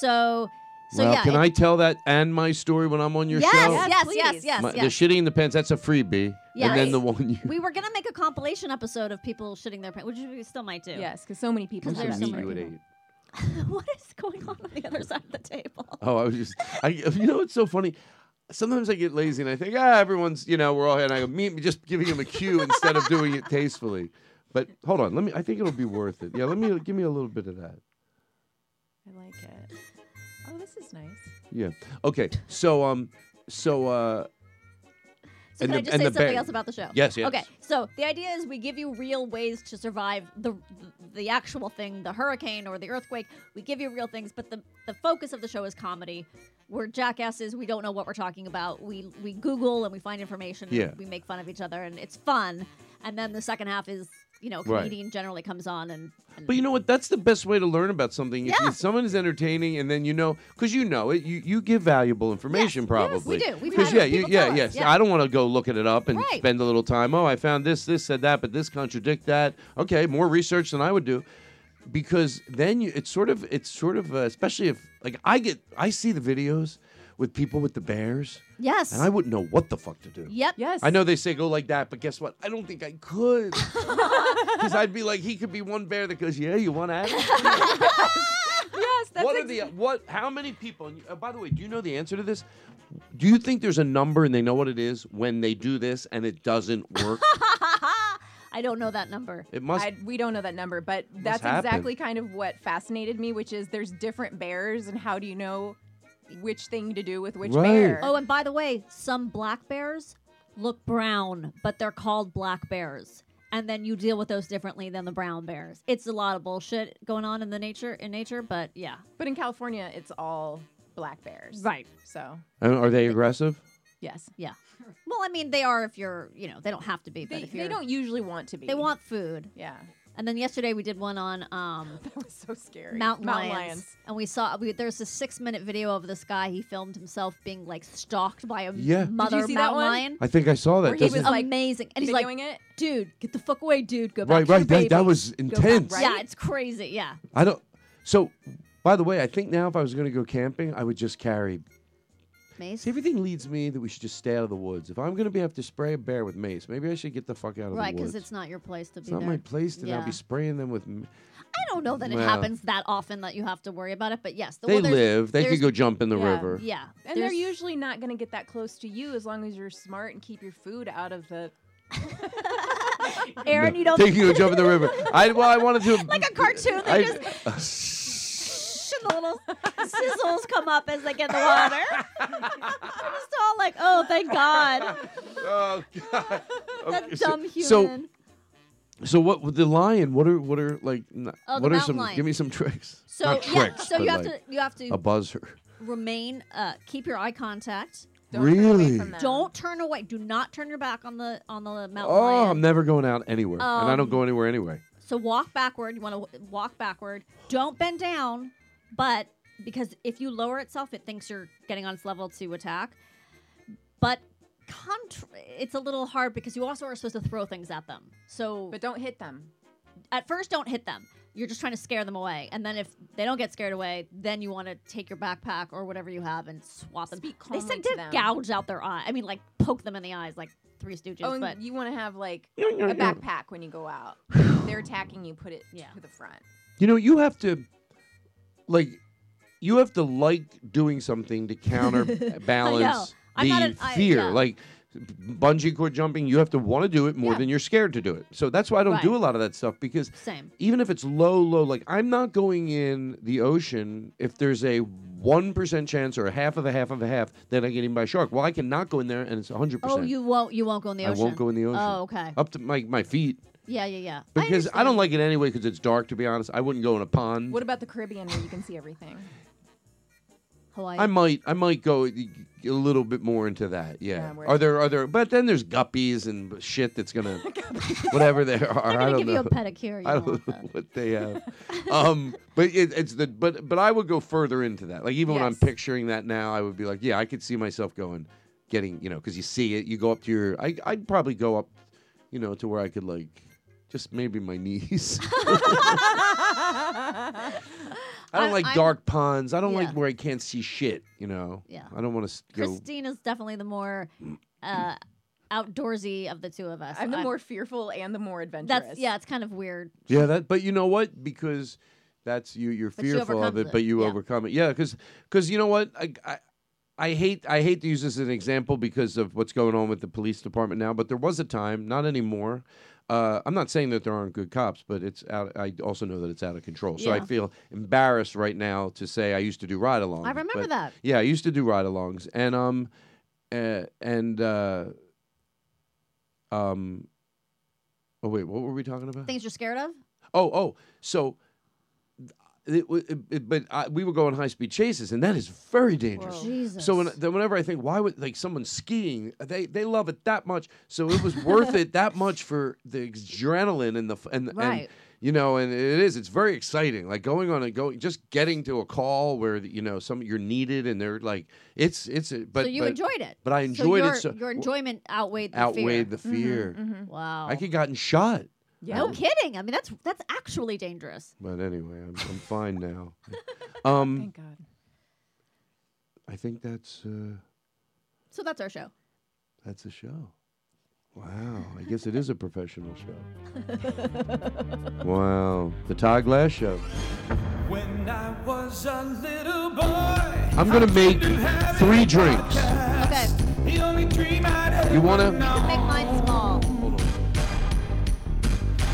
So so well yeah, can it- i tell that and my story when i'm on your yes, show yes, Yes, yes, please. yes, My- yes. the shitting in the pants that's a freebie Yeah. and then Right. the one you we were gonna make a compilation episode of people shitting their pants, which we still might do. Yes, because so many people 'Cause have there's that so many story. eight. what is going on on the other side of the table? Oh, I was just, I, you know, it's so funny. Sometimes I get lazy and I think, ah, everyone's, you know, we're all here. And I go, me, just giving them a cue instead of doing it tastefully. But hold on, let me. I think it'll be worth it. Yeah, let me give me a little bit of that. I like it. Oh, this is nice. Yeah. Okay. So um, so uh, So can I just say something else about the show? Yes, yes. Okay, so the idea is we give you real ways to survive the the, the actual thing, the hurricane or the earthquake. We give you real things, but the, the focus of the show is comedy. We're jackasses. We don't know what we're talking about. We we Google and we find information. and Yeah. we make fun of each other, and it's fun. And then the second half is you know a Right. comedian generally comes on and But you know what? That's the best way to learn about something. If, Yeah. if someone is entertaining, and then you know, because you know it, you, you give valuable information probably. do. We've 'Cause, had yeah, it. you, People yeah, tell us. yes. Yeah. I don't want to go looking it up and Right. spend a little time. Oh, I found this, this said that, but this contradict that. Okay, more research than I would do, because then you, it's sort of it's sort of uh, especially if like I get I see the videos with people with the bears. Yes. And I wouldn't know what the fuck to do. Yep. Yes. I know they say go like that, but guess what? I don't think I could. Because I'd be like, he could be one bear that goes, yeah, you want to yes, that's what are the what? How many people? And uh, by the way, do you know the answer to this? Do you think there's a number and they know what it is when they do this and it doesn't work? I don't know that number. It must- I, we don't know that number, but that's happen. exactly kind of what fascinated me, which is there's different bears, and how do you know which thing to do with which bear? Oh, and by the way, some black bears look brown, but they're called black bears. And then you deal with those differently than the brown bears. It's a lot of bullshit going on in the nature in nature, but yeah. But in California, it's all black bears. Right. So, I mean, are they aggressive? yes. Yeah. Well, I mean, they are if you're, you know, they don't have to be, but They, if they you're, don't usually want to be. They want food. Yeah. And then yesterday we did one on um That was so scary. mountain, Mountain lions, lions. and we saw we, there's a six minute video of this guy. He filmed himself being like stalked by a Yeah. Did you mother see that mountain one? lion. I think I saw that. Where he Doesn't- was amazing, and he's like, videoing it? "Dude, get the fuck away, dude. Go back Right, to your right, that- baby." that was Go back- intense. Yeah, Right? it's crazy. Yeah, I don't. So, by the way, I think now if I was going to go camping, I would just carry. Mace? See, everything leads me that we should just stay out of the woods. If I'm going to be have to spray a bear with mace, maybe I should get the fuck out of right, the woods. because it's not your place to be It's not there. my place to now Yeah. be spraying them with. m- I don't know that it Well. happens that often that you have to worry about it, but yes, the, They well, there's- live. They there's- could go jump in the yeah, river. Yeah, And they're there's- usually not going to get that close to you as long as you're smart and keep your food out of the. Aaron, No, you don't think you could jump in the river. I well, I wanted to like a cartoon. They I- just and the little sizzles come up as they get in the water. I'm just all like, oh, thank God. oh God. That Okay, so- dumb human. So, so what with the lion? What are what are like? n- Oh, the what are mountain some? lion. Give me some tricks. So, Not yeah, tricks, so but you have like to- you have to- a buzzer. Remain, uh, keep your eye contact. really? Don't turn away. Do not turn your back on the on the mountain Uh-huh. Oh, lion. I'm never going out anywhere, and I don't Um, go anywhere anyway. So walk backward. You want to walk backward. Don't bend down, but because if you lower itself, it thinks you're getting on its level to attack. But contr it's a little hard because you also are supposed to throw things at them. So, But don't hit them. at first, don't hit them. You're just trying to scare them away, and then if they don't get scared away, then you want to take your backpack or whatever you have and swap them. Speak they calmly said to to them. gouge out their eye. I mean, like poke them in the eyes, like Three Stooges. Oh, and but you want to have like a Yoink, yoink, yoink. backpack when you go out. If they're attacking you, put it to the front. You know, you have to, like, you have to like doing something to counterbalance I'm the not an- I- fear. yeah. Like bungee cord jumping, you have to want to do it more Yeah. than you're scared to do it. So that's why I don't do Right. a lot of that stuff because Same. even if it's low, low, like I'm not going in the ocean if there's a one percent chance or a half of a half of a half that I get eaten by a shark. Well, I cannot go in there and it's hundred Oh, percent. you won't. You won't go in the I ocean. won't go in the ocean. Oh, okay. Up to my my feet. Yeah, yeah, yeah. I Because I, don't like it anyway because it's dark, to be honest. I wouldn't go in a pond. What about the Caribbean where you can see everything? Hawaii. I might I might go a little bit more into that. Yeah, Yeah. where are there are there but then there's guppies and shit that's gonna whatever there are. I don't give know. you a pedicure, you I don't don't know what they have. um but it, it's the but but I would go further into that. Like even when I'm Yes. picturing that now, I would be like, yeah, I could see myself going getting, you know, because you see it, you go up to your I I'd probably go up, you know, to where I could like just maybe my knees. I don't I- like I'm- dark ponds. I don't Yeah. like where I can't see shit. You know. Yeah. I don't want to go. Christine is definitely the more uh, outdoorsy of the two of us. I'm the more fearful and the more adventurous. That's yeah. It's kind of weird. Yeah, that. But you know what? Because that's you. You're But you fearful of overcomes it, it. but you Yeah. overcome it. Yeah, because because you know what? I, I I hate I hate to use this as an example because of what's going on with the police department now. But there was a time, not anymore. Uh, I'm not saying that there aren't good cops, but it's out. I also know that it's out of control. So I Yeah. feel embarrassed right now to say I used to do ride alongs. I remember that. Yeah, I used to do ride alongs, and um, uh, and uh, Um, oh wait, what were we talking about? Things you're scared of? Oh, oh, so it, wa- it, it, but I, we were going high speed chases, and that is Oh. very dangerous. Whoa. Jesus. So when, then whenever I think, why would like someone skiing? They they love it that much, so it was worth it that much for the adrenaline and the f- and and Right. you know, and it is. It's very exciting. Like going on and going, just getting to a call where you know some you're needed, and they're like, it's it's. a- But so you but- enjoyed it. But I So enjoyed your, it. So your enjoyment outweighed the outweighed fear. Mm-hmm, the fear. Wow. I could gotten shot. No kidding. I mean, that's that's actually dangerous. But anyway, I'm, I'm fine now. Um, Thank God. I think that's uh, So that's our show. that's a show. Wow, I guess it is a professional show. Wow, the Todd Glass show. When I was a little boy, I'm gonna make three drinks. Okay. the only dream I'd ever You wanna- Make mine small.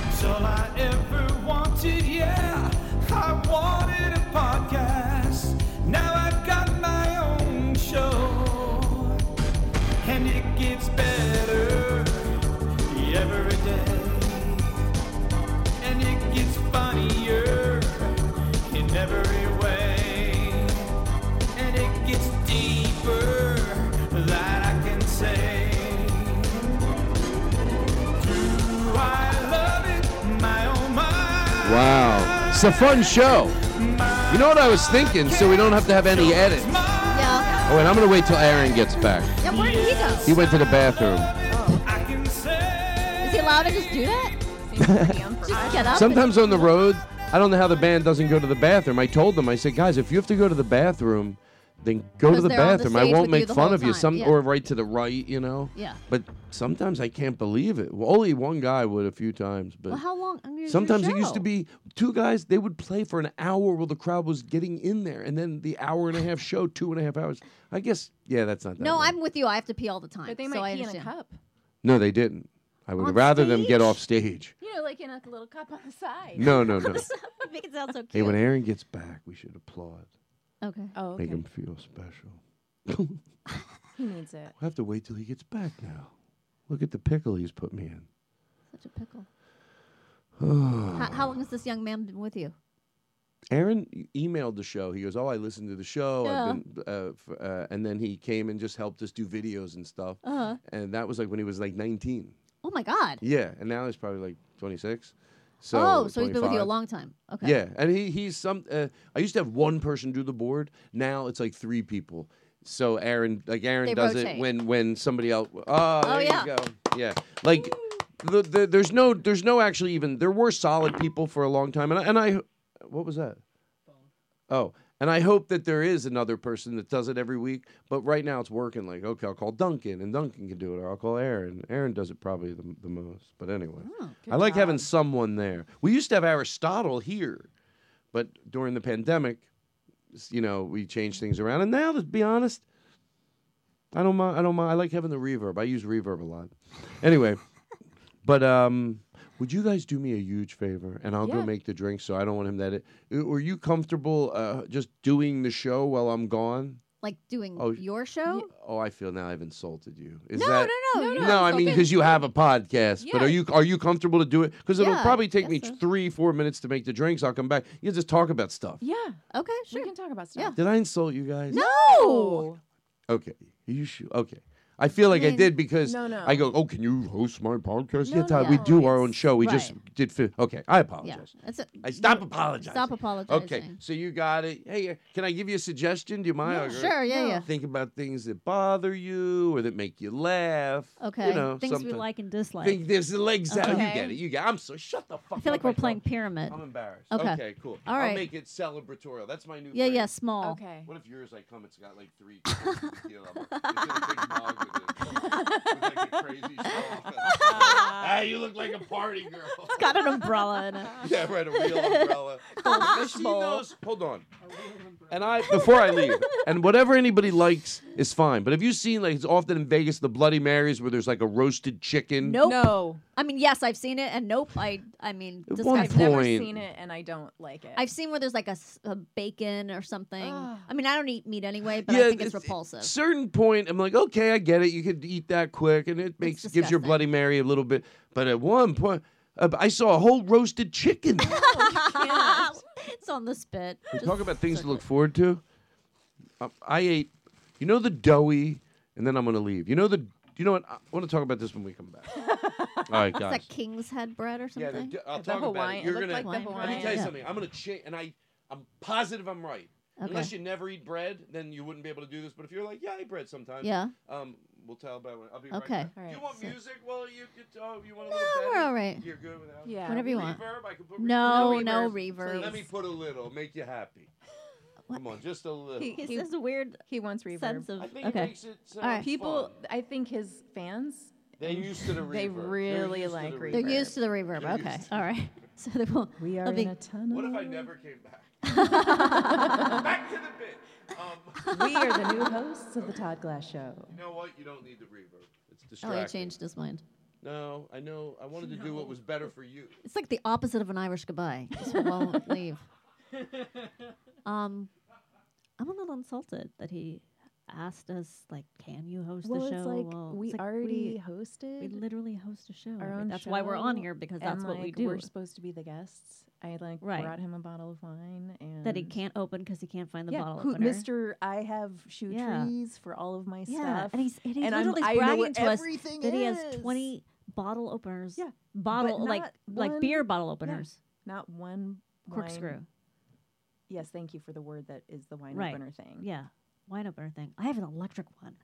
It's all I ever wanted, yeah. I wanted a podcast. Now I've got my own show. And it gets better every day. And it gets funnier in every way. And it gets deeper that I can say. I love it, my oh my. Wow, it's a fun show. You know what I was thinking, so we don't have to have any edits. Yeah. Oh, and I'm gonna wait till Aaron gets back. Yeah, where did he go? He went to the bathroom. Is he allowed to just do that? just get up. Sometimes on the road, I don't know how the band doesn't go to the bathroom. I told them, I said, guys, if you have to go to the bathroom, then go to 'Cause the they're on the bathroom. I stage with won't you make the fun whole of you. time, Some yeah. or right to the right, you know. Yeah. But sometimes I can't believe it. Well, only one guy would a few times, but Well, how long? I mean, it's your sometimes it used to show. be two guys. They would play for an hour while the crowd was getting in there, and then the hour and a half show, two and a half hours. I guess, yeah, that's not that. No, long. I'm with you. I have to pee all the time. But they so might I pee in a understand. cup. no, they didn't. I would On rather them get stage? off stage. You know, like in a little cup on the side. No, no, no. Make it sound so cute. Hey, when Aaron gets back, we should applaud. Okay. Oh, Make okay. him feel special. He needs it. We'll have to wait till he gets back now. Look at the pickle he's put me in. Such a pickle. Oh. How, how long has this young man been with you? Aaron e- emailed the show. He goes, "Oh, I listened to the show." Yeah. I've been, uh, f- uh, and then he came and just helped us do videos and stuff. Uh-huh. And that was like when he was like 19. Oh my God. Yeah, and now he's probably like 26. So oh, so he's been with you a 25. long time. Okay. Yeah, and he he's some. Uh, I used to have one person do the board. Now it's like three people. So Aaron, like Aaron, They does rotate. it when when somebody else. Oh, there yeah. you go. Yeah, like the, the, there's no there's no actually even there were solid people for a long time, and I, and I what was that? Oh, and I hope that there is another person that does it every week. But right now it's working. Like okay, I'll call Duncan, and Duncan can do it, or I'll call Aaron. Aaron does it probably the, the most. But anyway, I like having someone there. We used to have Aristotle here, but during the pandemic, s- you know, we changed things around. And now, to be honest, I don't mind. I don't mind. I like having the reverb. I use reverb a lot. Anyway, but um, would you guys do me a huge favor? And I'll go Yeah. make the drink. So I don't want him that. It, were you comfortable uh, just doing the show while I'm gone? Like doing Oh, your show? Oh, I feel now I've insulted you. Is No, that no, no, you're not No, I mean insulted. because you have a podcast. But are Yeah. you are you comfortable to do it? Because it'll Yeah, I probably take guess me so. three four minutes to make the drinks. I'll come back. You just talk about stuff. Yeah. Okay, sure. We can talk about stuff. Did I insult you guys? No. Okay. You should. Okay. I feel like I, mean, did because no, no. I go, oh, can you host my podcast? No, yeah, Todd, no, we no, do our own show. We just right. did. Fi- okay, I Yeah. apologize. That's it. I stop apologizing. Stop apologizing. Okay, so you got it. Hey, uh, can I give you a suggestion? Do you mind? No. I go, Sure, yeah, No. yeah. Think about things that bother you or that make you laugh. Okay. you know, Things we something. like and dislike. Think there's legs out. You Okay. get it. You get. It. I'm so shut the fuck. I feel up. like we're playing pyramid. I'm embarrassed. Okay. cool. All I'll right. make it celebratorial. That's my new. Yeah, phrase. yeah, small. Okay. What if yours? I come. It's got like three. cups, you know, it's in a big mug with a- with, like, a crazy straw. Ah, you look like a party girl. It's got an umbrella in it. Yeah, right. A real umbrella. Goldfish I've seen bowl. those- Hold on. And I before I leave, and whatever anybody likes is fine. But have you seen like it's often in Vegas the Bloody Marys where there's like a roasted chicken? Nope. No. I mean, yes, I've seen it, and nope. I, I mean, At dis- one I've, point- never- I've Point. seen it and I don't like it. I've seen where there's like a, s- a bacon or something. I mean, I don't eat meat anyway, but I Yeah, think it's it's- repulsive. Certain point, I'm like, okay, I get it. You could eat that quick, and it makes gives your Bloody Mary a little bit. But at one point, uh, I saw a whole roasted chicken. it's on the spit. We Just- talk about things to look forward to. Um, I ate, you know, the doughy, and then I'm gonna leave. You know the, you know what? I want to talk about this when we come back. All right, It's guys. like king's head bread or Yeah, the- something. I'll talk about it. You're gonna. let me tell you Yeah. something. I'm gonna change, and I, I'm positive I'm right. Okay. Unless you never eat bread, then you wouldn't be able to do this. But if you're like, yeah, I eat bread sometimes. Yeah. Um, we'll tell about it. I'll be Okay. right back. All Do you right, want so- music? Well, you, you, oh, you want a No, little bit? we're all right. You're good without. Yeah. Whatever you want. Reverb? I can put No, reverb. no reverb, Let please. me put a little. Make you happy. Come on, just a little. He- he says a weird he wants reverb. sense of- I think it okay. makes it sound All right. People, fun. I think his fans. They're used to the reverb. They They're really used to like the reverb. They're used to the reverb. They're okay. All right. So they will. We are they'll be- in a tunnel. What if I never came back? back to the bit. Um, we are the new hosts of the Todd Glass Show. You know what? You don't need the reverb. It's Oh, distracting. he changed his mind. No, I know. I wanted to do what was better for you. It's like the opposite of an Irish goodbye. Just won't leave. Um, I'm a little insulted that he asked us, like, can you host Well, the it's show? like, Well, we it's like already we- hosted. We literally host a show. our Like, own that's why we're on show, here because and, that's what we like, do. We're supposed to be the guests. I like Right. brought him a bottle of wine and that he can't open because he can't find the Mm. yeah, bottle who- opener. Mr. I have shoe Yeah. trees for all of my Yeah, stuff. and he's and he's and I'm- literally I know where bragging to us everything that he has is. 20 bottle openers. Yeah, bottle but like not like one- beer bottle yeah, openers. not one wine- Corkscrew. Yes, thank you for the word that is the wine right. opener thing. Yeah, wine opener thing. I have an electric one.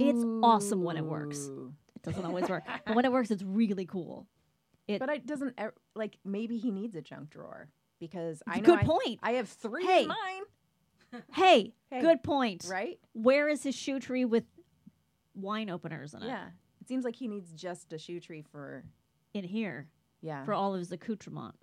It's awesome when it works. It doesn't always work, but when it works, it's really cool. It- but it doesn't ev- like maybe he needs a junk drawer because I know Good I- point. I, have three Hey. in mine. Hey, Hey, good point. right? Where is his shoe tree with wine openers in it? yeah, it seems like he needs just a shoe tree for in here yeah. for all of his accoutrement.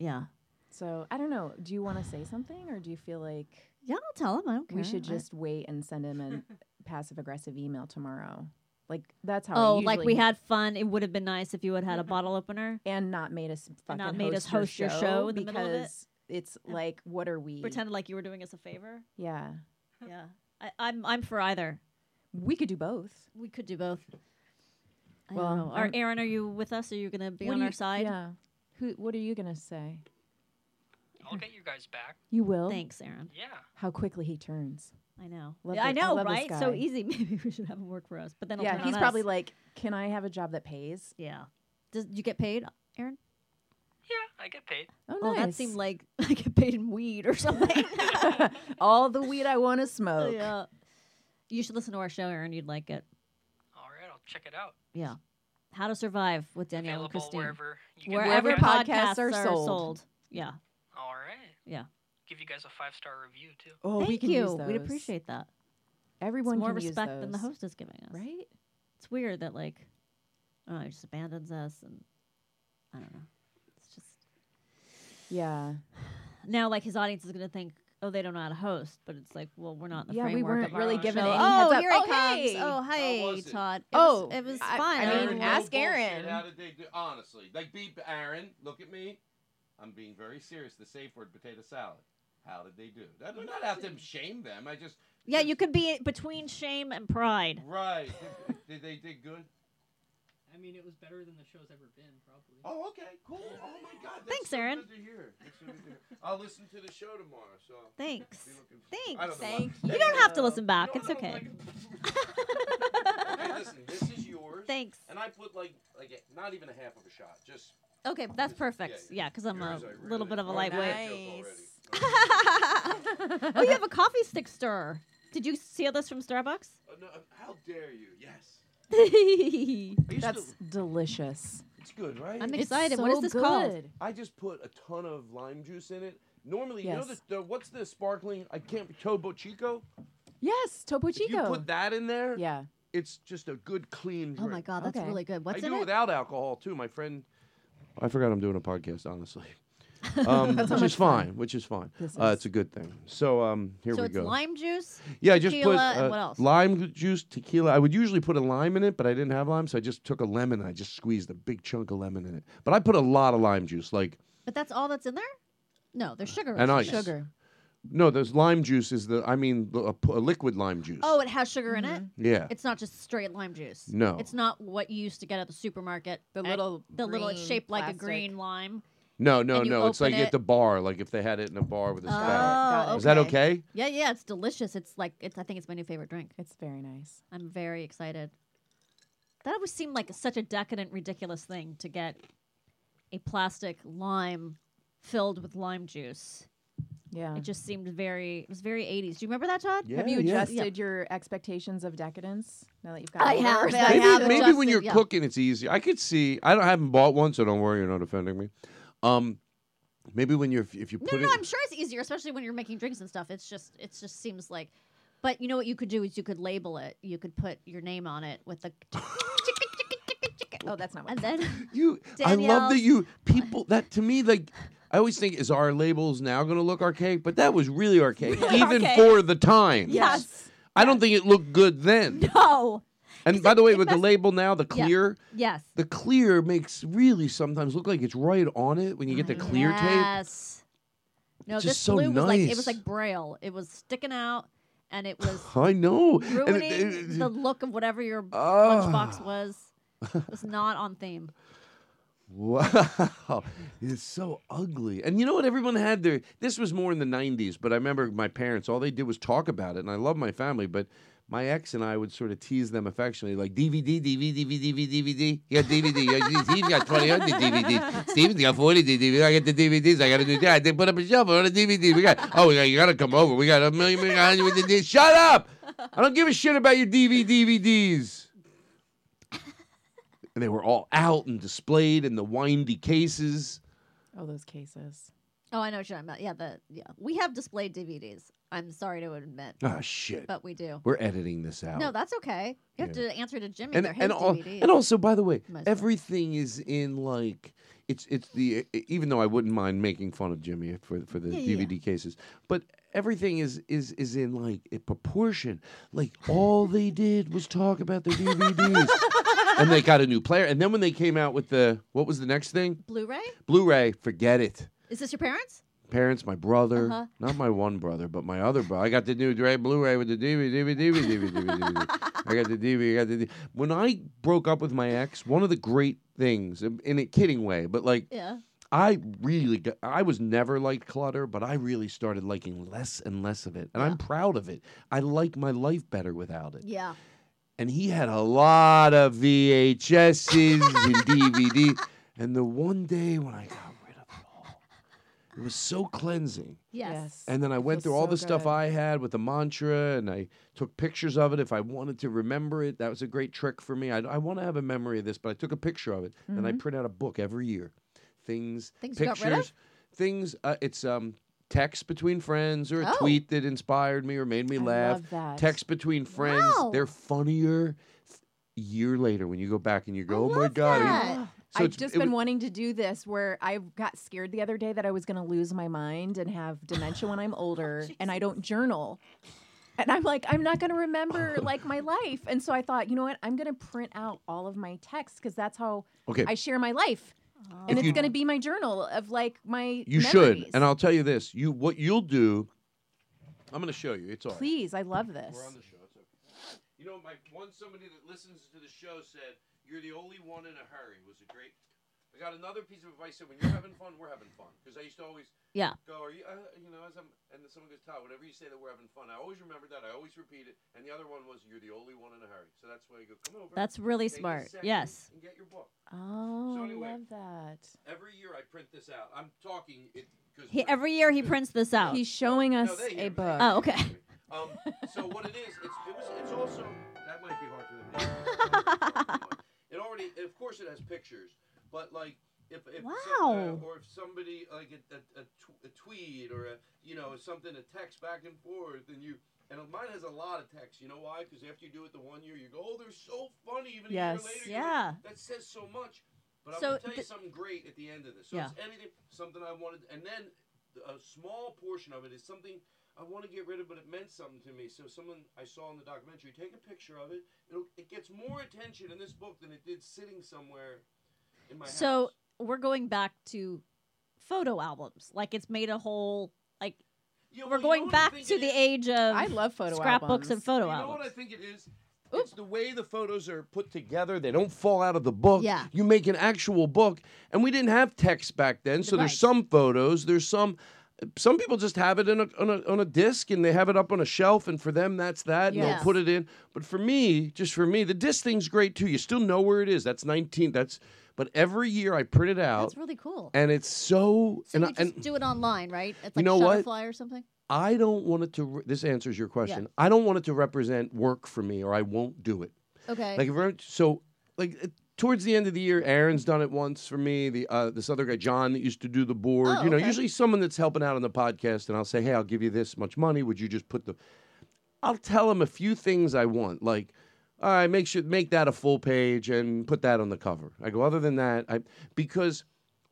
Yeah. so I don't know. Do you want to say something, or do you feel like Yeah, I'll tell him. I don't care. we should I- just wait and send him a passive aggressive email tomorrow? Like that's how. I Oh, like we usually- had fun. It would have been nice if you had had a bottle opener. and not made us fucking And not made us host your show in the middle of it. because it's like what are we? Pretended like you were doing us a favor. yeah, Yeah, I, I'm I'm for either. we could do both. We could do both. I Well, don't know. Are, I'm- Aaron, are you with us? Are you gonna be What on do our you- side? Yeah. Who? What are you gonna say? I'll get you guys back. You will. Thanks, Aaron. Yeah. How quickly he turns. I know. Love Yeah, I this- I know, love this right? So guy. easy. Maybe we should have him work for us. But then he'll yeah, turn on he's probably us. like, "Can I have a job that pays?" yeah. Does you get paid, Aaron? Yeah, I get paid. Oh, Oh, that nice. seemed like I get paid in weed or something. All the weed I want to smoke. yeah. You should listen to our show, Aaron. You'd like it. All right, I'll check it out. Yeah. How to Survive with Danielle and Available Christine. wherever you get Wherever podcasts. podcasts are are sold. sold. Yeah. All right. Yeah. Give you guys a five star review too. Oh, we Thank can you. use We'd those. appreciate that. Everyone it's more can use respect than the those. host is giving us. right? It's weird that like, oh, he just abandons us, and I don't know. It's just Yeah, now like his audience is gonna think, oh, they don't know how to host, but it's like, well, we're not in the Yeah, we framework weren't of our really own given show. any oh, heads up. here Oh, it comes. hey. Oh, How hey, was it? Todd. It Oh, was, it was I- fun. I mean, mean, no ask bullshit. Aaron. How did they do? Honestly, like, be Aaron. Look at me. I'm being very serious. The safe word, potato salad. How did they do? I do not have to shame them. I just yeah, you could be between shame and pride. right. did they did good? I mean, it was better than the show's ever been, probably. Oh, okay, cool. Oh my God. That's Thanks, so Aaron. Good to hear. That's so good to hear. I'll listen to the show tomorrow. So I'll Thanks. be looking for- Thanks. I don't know Thank why- you. You don't have to listen No, back. I It's don't okay. like it. okay, listen. This is yours. Thanks. And I put like like a- not even a half of a shot. Just Okay, that's perfect. Yeah, because I'm a Yours, I little really- bit of a Oh, lightweight. Nice. oh, you have a coffee stick stirrer. Did you steal this from Starbucks? Oh, no, how dare you? Yes. that's delicious. It's good, right? I'm It's excited. What is so this called? good. I just put a ton of lime juice in it. Normally, you know Yes. the, the what's the sparkling? I can't. Tobo Chico. Yes, Topo If you Chico. put that in there, yeah, it's just a good clean. Oh Drink. my god, that's Okay. really good. What's I in do it? without alcohol too. My friend. I forgot I'm doing a podcast. Honestly, um, That's which so is much fun. fine. Which is fine. This Uh, is. it's a good thing. So um, here so we it's go. lime juice. Yeah, I just put tequila, uh, and what else? lime juice, tequila. I would usually put a lime in it, but I didn't have lime, so I just took a lemon and I just squeezed a big chunk of lemon in it. But I put a lot of lime juice, like But that's all that's in there. No, there's sugar. and in ice. it. No, there's lime juice is the I mean the- a, p- a liquid lime juice. Oh, it has sugar in it. Yeah. It's not just straight lime juice. No. It's not what you used to get at the supermarket. The little the little it's green shaped like a plastic. green lime. No, no, and you no. It's open like it- at the bar, like if they had it in a bar with a Oh, spout. Is that okay? Yeah, yeah, it's delicious. It's like it's. I think it's my new favorite drink. It's very nice. I'm very excited. That always seemed like such a decadent, ridiculous thing to get a plastic lime filled with lime juice. Yeah. It just seemed very. It was very 80s. Do you remember that, Todd? have you adjusted your expectations of decadence now that you've got? I have, older? I maybe have maybe adjusted, when you're yeah. cooking, it's easy. I could see. I don't I haven't bought one, so don't worry, you're not offending me. Um, maybe when you're if, if you No, put no, it. no, I'm sure it's easier, especially when you're making drinks and stuff. It's just, it just seems like. But you know what you could do is you could label it. You could put your name on it with the. oh, that's not what. And then you. I love that Danielle's- you people that to me like I always think is our labels now going to look archaic, but that was really archaic Really even archaic. for the time. Yes. I don't think it looked good then. No. And by the way, with the label now, the clear, Yes. the clear makes really sometimes look like it's right on it when you get the clear tape. Yes. No, Just this so blue was like it nice. was like braille. It was sticking out, and it was I know. And it- ruining it- the look of whatever your Ah. lunchbox was. It was not on theme. Wow. It's so ugly. And you know what? Everyone had their. This was more in the 90s, but I remember my parents, all they did was talk about it. And I love my family, but my ex and I would sort of tease them affectionately, like DVD, DVD, DVD, DVD. You got DVD. You got, Steve's got 20 other DVDs. Steven's got 40 DVDs. I got the DVDs. I got to do that. They put up a shelf on a DVD. We got, oh, we got, you got to come over. We got a million, million, a hundred DVDs. Shut up. I don't give a shit about your DVD, DVDs and they were all out and displayed in the windy cases. Oh, those cases. Oh, I know what you're talking about. Yeah, the yeah, we have displayed DVDs. I'm sorry to admit. Ah, shit. But we do. We're editing this out. No, that's okay. You have Yeah. to answer to Jimmy. and They're his and, al- DVDs. and also, by the way, Most of them. everything is in like it's it's the e, even though I wouldn't mind making fun of Jimmy for for the Yeah, yeah, DVD cases, but everything is is is in like a proportion. Like all they did was talk about their DVDs, and they got a new player. And then when they came out with the what was the next thing? Blu-ray. Blu-ray. Forget it. Is this your parents? parents, my brother, Uh-huh. not my one brother, but my other brother. I got the new Dre Blu-ray with the DVD, DVD, DVD, DVD. I got the DVD, I got the. D- When I broke up with my ex, one of the great things, in a kidding way, but like, Yeah. I really, got, I was never like clutter, but I really started liking less and less of it, and I'm proud of it. I like my life better without it Yeah. and he had a lot of VHSs and DVD. And the one day when I got rid of it all, it was so cleansing. Yes. And then I went feels through all so the stuff good. I had with the mantra, and I took pictures of it if I wanted to remember it. That was a great trick for me. I, I want to have a memory of this, but I took a picture of it, and I Mhm. print out a book every year. Things, Things you got pictures, rid of? things. Uh, it's um, text between friends, or a Oh. tweet that inspired me or made me laugh. love that. Text between friends. Wow. They're funnier year later when you go back and you go, oh my god. it was-" So I've it's- just it been was- wanting to do this where I got scared the other day that I was going to lose my mind and have dementia when I'm Oh, older and I don't journal. And I'm like, I'm not going to remember like my life. And so I thought, you know what? I'm going to print out all of my texts because that's how Okay. I share my life. If And it's you- going to be my journal of like my You memories. should, and I'll tell you this: you what you'll do. I'm going to show you. It's all right. Please, I love this. We're on the show. It's okay. You know, my one somebody that listens to the show said, "You're the only one in a hurry." Was a great. I got another piece of advice that when you're having fun, we're having fun. Because I used to always Yeah. go, "Are you?" Uh, you know, as I'm, and then someone goes, "Todd, whenever you say that we're having fun, I always remember that. I always repeat it." And the other one was, "You're the only one in a hurry." So that's why you go, "Come over." That's really take a smart. second Yes. And get your book. Oh, So I anyway, love that. Every year I print this out. I'm talking it because He, every year he prints this out. He's showing us a book. Oh, okay. Um, so what it is, it's, it was, it's also that might be hard for them. It already, of course, it has pictures, but like if, if Wow. some, uh, or if somebody like a, a, a, tw- a tweet or a you know something a text back and forth, and you and mine has a lot of text. You know why? Because after you do it the one year, you go, oh, they're so funny. Even a year Yes. later, you go, Yeah. that says so much. But So I'm going to tell you th- something great at the end of this. So Yeah. it's anything, something I wanted, and then a small portion of it is something I want to get rid of, but it meant something to me. So someone I saw in the documentary, take a picture of it. It'll, it gets more attention in this book than it did sitting somewhere in my So house. we're going back to photo albums. Like it's made a whole like we're going back to the age of I love photo albums. scrapbooks and photo You know albums. what I think it is? It's the way the photos are put together. They don't fall out of the book. Yeah. You make an actual book, and we didn't have text back then, so Right. there's some photos. There's some. Some people just have it in a, on a on a disc and they have it up on a shelf, and for them that's that, and Yes. they'll put it in. But for me, just for me, the disc thing's great too. You still know where it is. That's nineteen. That's but every year I print it out, That's really cool. and it's so. So and you I, just and do it online, right? It's like You know what? Shutterfly or something. I don't want it to. Re- this answers your question. I don't want it to represent work for me, or I won't do it. Okay. Like if we're- so, like uh, towards the end of the year, Aaron's done it once for me. The uh, this other guy, John, that used to do the board. Oh, you know, okay. usually someone that's helping out on the podcast, and I'll say, hey, I'll give you this much money. Would you just put the? I'll tell him a few things I want, like. All right, make sure make that a full page and put that on the cover. I go. Other than that, I because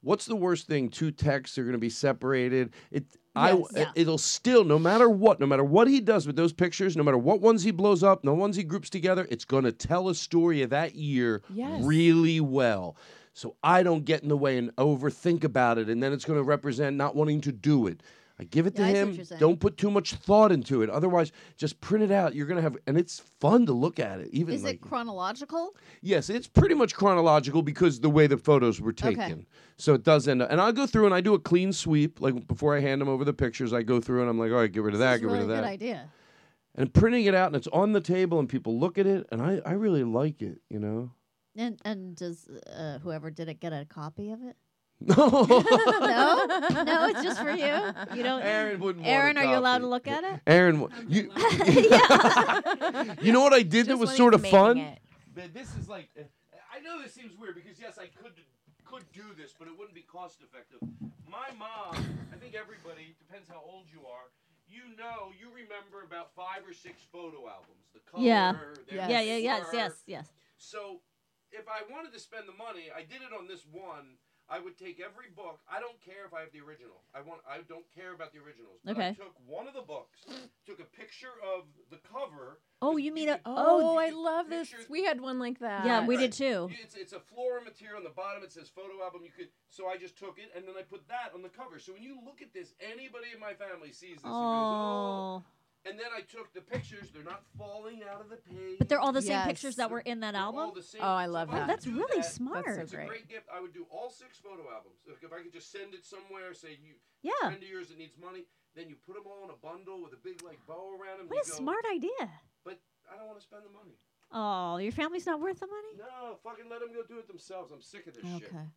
what's the worst thing? Two texts are going to be separated. It I Yes. Yeah. it'll still no matter what, no matter what he does with those pictures, no matter what ones he blows up, no ones he groups together, it's going to tell a story of that year Yes. really well. So I don't get in the way and overthink about it, and then it's going to represent not wanting to do it. I give it Yeah, I to see what him. you're saying. Don't put too much thought into it. Otherwise, just print it out. You're going to have, and it's fun to look at it. Even Is like, it chronological? Yes, it's pretty much chronological because the way the photos were Okay. taken. So it does end up, and I'll go through and I do a clean sweep. Like before I hand them over the pictures, I go through and I'm like, all right, get rid of that, That's get really rid of good that. idea. And printing it out and it's on the table and people look at it and I, I really like it, you know? And and does uh, whoever did it get a copy of it? no, no, it's just for you. You don't. Aaron wouldn't want a Aaron, are you allowed to copy. look at it? Aaron, wa- you, you know what I did that Just was when sort he's of fun? making it. This is like, eh, I know this seems weird because yes, I could could do this, but it wouldn't be cost effective. My mom, I think everybody depends how old you are. You know, you remember about five or six photo albums. The color, yeah. their Yeah. Yeah. Yes. slur. Yes. Yes. So, if I wanted to spend the money, I did it on this one. I would take every book. I don't care if I have the original. I want. I don't care about the originals. But I Okay. took one of the books, took a picture of the cover. Oh, you mean a Oh, oh? I love this. We had one like that. Yeah, we Right. did too. You- It's, it's a floral material on the bottom. It says photo album. You could. So I just took it and then I put that on the cover. So when you look at this, anybody in my family sees this. Oh. And then I took the pictures. They're not falling out of the page. But they're all the Yes. same pictures that were in that album. the same. Oh, I love Oh, that. that's Do really that. smart. It's a great gift. I would do all six photo albums. Like, if I could just send it somewhere, say you Yeah. friend of yours that needs money, then you put them all in a bundle with a big like bow around them. What a you go, smart idea. But I don't want to spend the money. Oh, your family's not worth the money. No, fucking let them go do it themselves. I'm sick of this shit. Okay.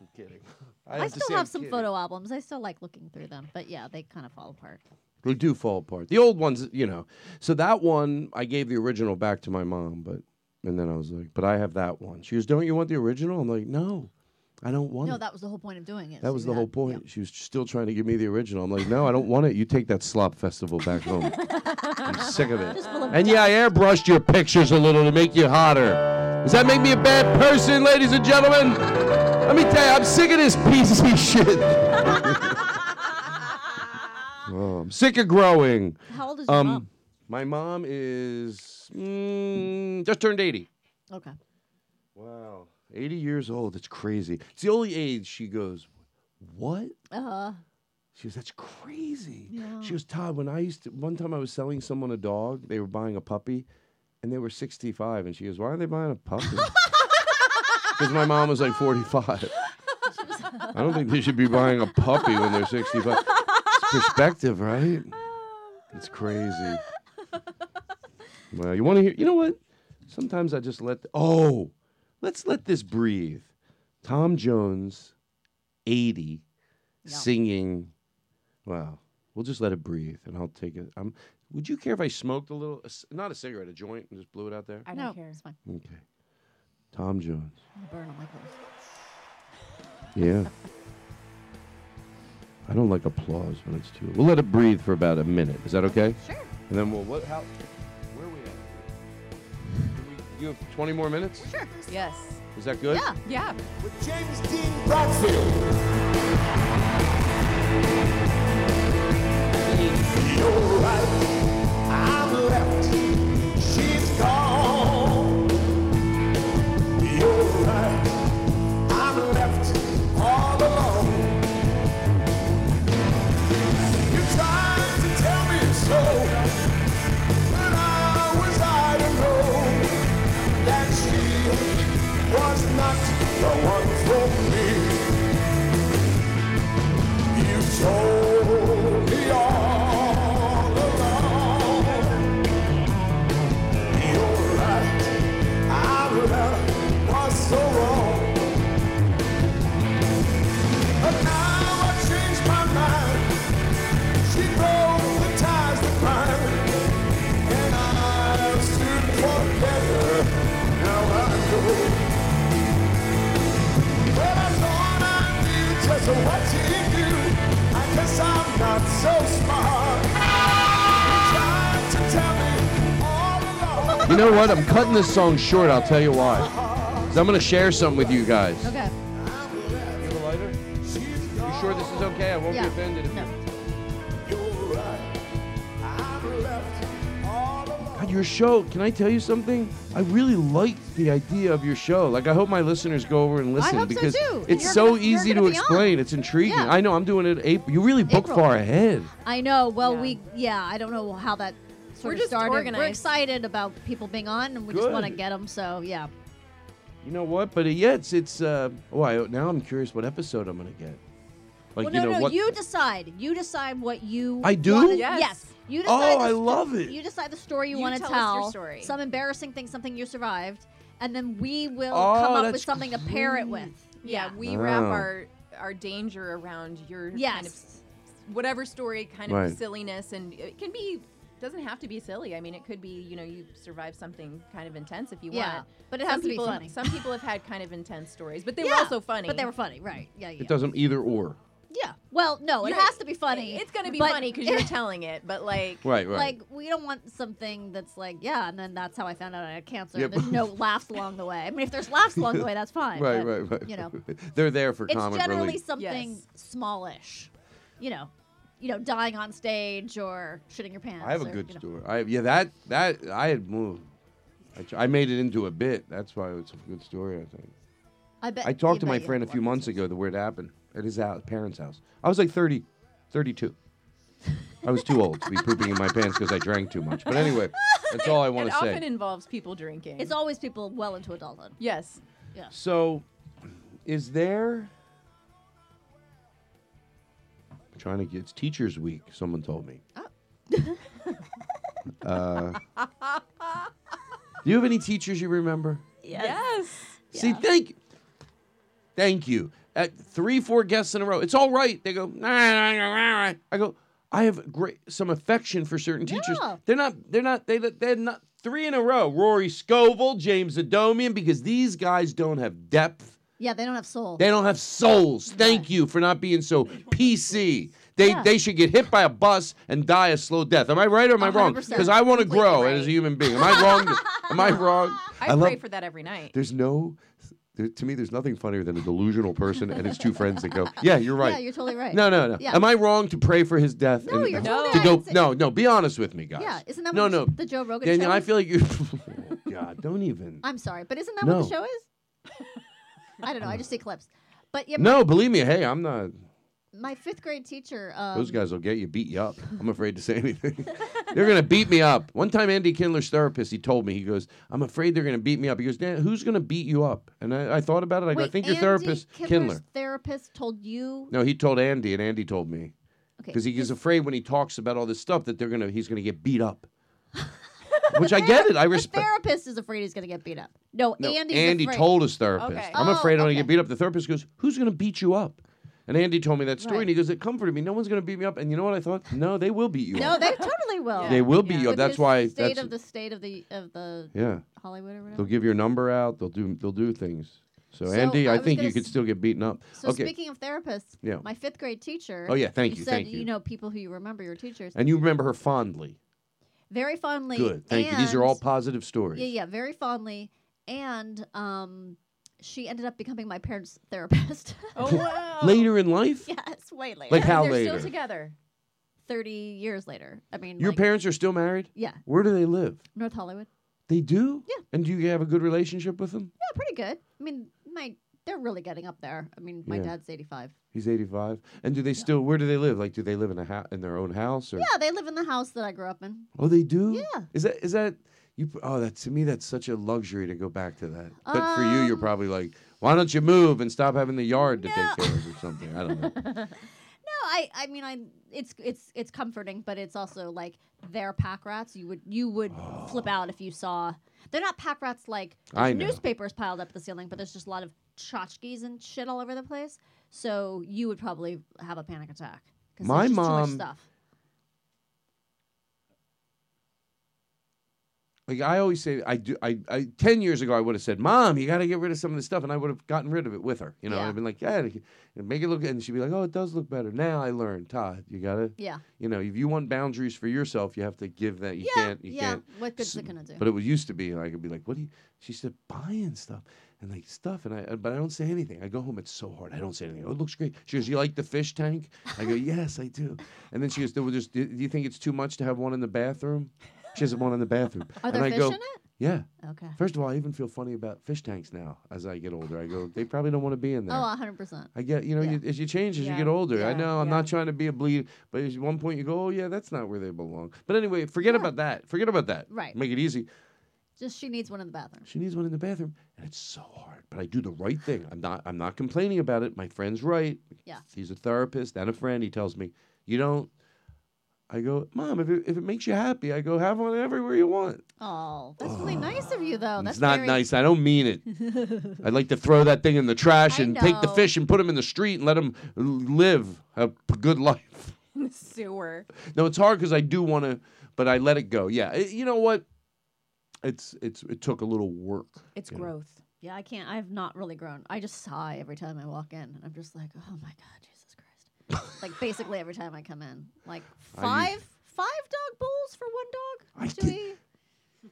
I'm kidding. I, still have some photo albums. I still like looking through them, but yeah, they kind of fall apart. They do fall apart. The old ones, you know. So that one, I gave the original back to my mom, but and then I was like, but I have that one. She goes, don't you want the original? I'm like, no, I don't want no, it. that was the whole point of doing it. Oh. That so was you the had- whole point. She was still trying to give me the original. I'm like, no, I don't want it. You take that slop festival back home. I'm sick of it. And yeah, I airbrushed your pictures a little to make you hotter. Does that make me a bad person, ladies and gentlemen? Let me tell you, I'm sick of this piece of shit. oh, I'm sick of growing. How old is your Um, mom? My mom is mm, just turned 80. Okay. Wow. 80 years old. It's crazy. It's the only age she goes, What? Uh, She goes, That's crazy. Yeah. She goes, Todd, when I used to, one time I was selling someone a dog, they were buying a puppy, and they were 65. And she goes, Why are they buying a puppy? Because my mom was like 45. I don't think they should be buying a puppy when they're 65. It's perspective, right? It's crazy. Well, you want to hear, you know what? Sometimes I just let, oh, let's let this breathe. Tom Jones, 80, singing. Wow. We'll just let it breathe and I'll take it. Um, would you care if I smoked a little, a c- not a cigarette, a joint and just blew it out there? I don't no, care. It's fine. Okay. Tom Jones. I'm gonna burn all my clothes. Yeah. I don't like applause when it's too. We'll let it breathe for about a minute. Is that okay? Sure. And then we'll what? How? Where are we at? Can we- you have 20 more minutes? Sure. Yes. Is that good? Yeah. With James Dean Bradfield. You're right, I'm left. She's gone. You're right, I'm left all alone. You tried to tell me so, but I was I to know that she was not the one for me. You told me all along. You're right, I love was so wrong. But now I changed my mind. She broke the ties that bind, and I stood for better. Now I know. Well, I thought I knew just what you do. I guess I'm not so smart. You tried to tell me all along. You know what? I'm cutting this song short. I'll tell you why. 'Cause I'm going to share something with you guys. Okay. You have a lighter? You sure this is okay? I won't Yeah. be offended if God, your show, can I tell you something? I really like the idea of your show. Like, I hope my listeners go over and listen hope so, because too. it's You're so gonna- you're easy gonna to be on. explain. It's intriguing. Yeah. I know I'm doing it April. You really book April. far ahead. I know. Well, we yeah. I don't know how that sort We're of just started. We're organized. excited about people being on, and we just want to Good. get them. So yeah. You know what? But uh, yeah, it's it's. Uh, oh, I, now I'm curious what episode I'm gonna get. well, Like you no, know no. what? You decide. You decide what you. I do? wanna- Yes. Yes. You Oh, decide. the I sto- love it. You decide the story you, You want to tell tell. us your story. Some embarrassing thing, something you survived, and then we will Oh, come up with that's something to pair it with. Yeah, we wrap Wow. our our danger around your kind of Yes. s- whatever story kind Right. of silliness and it can be doesn't have to be silly. I mean, it could be, you know, you survive something kind of intense if you Yeah, want. but it Some has to be people- funny. Some people have had kind of intense stories, but they were Yeah, also funny. But they were funny, right? Yeah, yeah. It doesn't either or. Yeah. Well, no, it You're- has to be funny. It's going to be but funny cuz you're telling it, but like Right, right. Like we don't want something that's like, yeah, and then that's how I found out I had cancer. Yeah, and There's but- no laughs along the way. I mean, if there's laughs along the way, that's fine. right, but, right, right. You know, they're there for it's comic generally relief. something smallish. You know, you know, dying on stage or shitting your pants. I have a or, good you know. story. I yeah that that I had moved. I, tr- I made it into a bit. That's why it's a good story. I think. I bet. I talked to you my bet you friend a have few one. months ago the where it happened at his house, parents' house. I was like 30, 32. I was too old to be pooping in my pants because I drank too much. But anyway, that's all I want it to say. often involves people drinking. It's always people well into adulthood. yes. So, is there? I'm trying to get. It's Teachers Week. Someone told me. uh, do you have any teachers you remember? Yes. See, thank, thank you. At three, four guests in a row, it's all right. They go. "Nah, nah, nah, nah, nah." I go. I have great some affection for certain teachers. Yeah. They're not. They're not. They. They're not. Three in a row. Rory Scovel, James Adomian, because these guys don't have depth. Yeah, they don't have soul. They don't have souls. Thank you for not being so PC. They Yeah. they should get hit by a bus and die a slow death. Am I right or am I wrong? 100%. Because I want to Completely grow right. as a human being. Am I wrong? am I wrong? I, pray for that every night. There's no. There, to me, there's nothing funnier than a delusional person and his two friends that go, "Yeah, you're right." Yeah, you're totally right. No, no, no. Yeah. Am I wrong to pray for his death? No, and you're to totally go. right. It's- No, no. Be honest with me, guys. Yeah, isn't that no, what no. the Joe Rogan Daniel, show I is? feel like you. oh, God, don't even. I'm sorry, but isn't that No. what the show is? I don't know. I just see clips. But yeah, No, believe me. Hey, I'm not. my fifth grade teacher. Um, Those guys will get you, beat you up. I'm afraid to say anything. they're going to beat me up. One time, Andy Kindler's therapist, he told me, he goes, I'm afraid they're going to beat me up. He goes, Dan, who's going to beat you up? And I, I thought about it. I go, I Wait, think Andy your therapist, Kindler's Kindler. Therapist told you. No, he told Andy, and Andy told me. Because he is afraid when he talks about all this stuff that they're gonna he's gonna get beat up. Which I get it. I The respect. therapist is afraid he's going to get beat up. No, No, Andy's Andy afraid. told his therapist, Okay. I'm Oh, afraid I'm going okay. to get beat up. The therapist goes, Who's going to beat you up? And Andy told me that story, Right. and he goes, It comforted me. No one's going to beat me up. And you know what I thought? No, they will beat you up. No, they totally will. They will beat you up. With That's this why- State that's- of the state of the of the Yeah. Hollywood or They'll whatever. give your number out. They'll do. They'll do things. So, So, Andy, I I, was think gonna you could s- still get beaten up. So okay. speaking of therapists, Yeah. my fifth grade teacher. Oh, yeah, thank you, said thank you. know people who you remember your teachers. and you remember her fondly. very fondly. Good. Thank you. These are all and- positive stories. Yeah, yeah, very fondly. And um, she ended up becoming my parents' therapist. oh wow! Later in life, yes, way later. Like how they're later? Still together. Thirty years later. I mean, your like, parents are still married. Yeah. Where do they live? North Hollywood. They do. Yeah. And do you have a good relationship with them? Yeah, pretty good. I mean, my they're really getting up there. I mean, my Yeah. dad's eighty-five. He's eighty-five. And do they still? Where do they live? Like, do they live in a house in their own house? Or? Yeah, they live in the house that I grew up in. Oh, they do. Yeah. Is that is that you? p- Oh, that to me, that's such a luxury to go back to that. But for you, Um, you're probably like, why don't you move and stop having the yard to take care of or something? I don't know. no, I I mean I it's it's it's comforting, but it's also like they're pack rats. You would you would flip out if you saw. They're not pack rats like I know. newspapers piled up at the ceiling, but there's just a lot of tchotchkes and shit all over the place. So you would probably have a panic attack. 'cause there's My just too much mom- stuff. Like I always say, I do. I, I ten years ago, I would have said, "Mom, you got to get rid of some of this stuff," and I would have gotten rid of it with her. You know, Yeah. I've been like, "Yeah, and make it look," and she'd be like, "Oh, it does look better." Now I learned, Todd, you gotta, Yeah. you know, if you want boundaries for yourself, you have to give that. You yeah. can't, you yeah. can't. What good's S- it gonna do? But it was used to be, and I could be like, "What do you?" She said, "Buying stuff and like stuff," and I, uh, but I don't say anything. I go home, it's so hard. I don't say anything. Oh, it looks great. She goes, "You like the fish tank?" I go, "Yes, I do." And then she goes, "Do just? Do you think it's too much to have one in the bathroom?" She has one in the bathroom, Are and there I fish go, in it? "Yeah." Okay. First of all, I even feel funny about fish tanks now as I get older. I go, they probably don't want to be in there. Oh, hundred percent. I get, you know, you, as you change, as Yeah, you get older, I yeah, know I'm not trying to be a bleed, but at one point you go, oh yeah, that's not where they belong. But anyway, forget about that. Forget about that. Right. Make it easy. Just she needs one in the bathroom. She needs one in the bathroom, and it's so hard. But I do the right thing. I'm not. I'm not complaining about it. My friend's right. Yeah. He's a therapist and a friend. He tells me, you don't. I go, mom. If it, if it makes you happy, I go have one everywhere you want. Oh, that's really nice of you, though. Oh, That's it's not very- nice. I don't mean it. I'd like to throw that thing in the trash I and take the know. fish and put them in the street and let them live a p- good life. In the sewer. No, it's hard because I do want to, but I let it go. Yeah, I- you know what? It's it's it took a little work. It's you know? growth. Yeah, I can't. I've not really grown. I just sigh every time I walk in, and I'm just like, oh my god, Jesus Christ! like basically every time I come in, like I five used- five dog bowls for one dog. Chewy?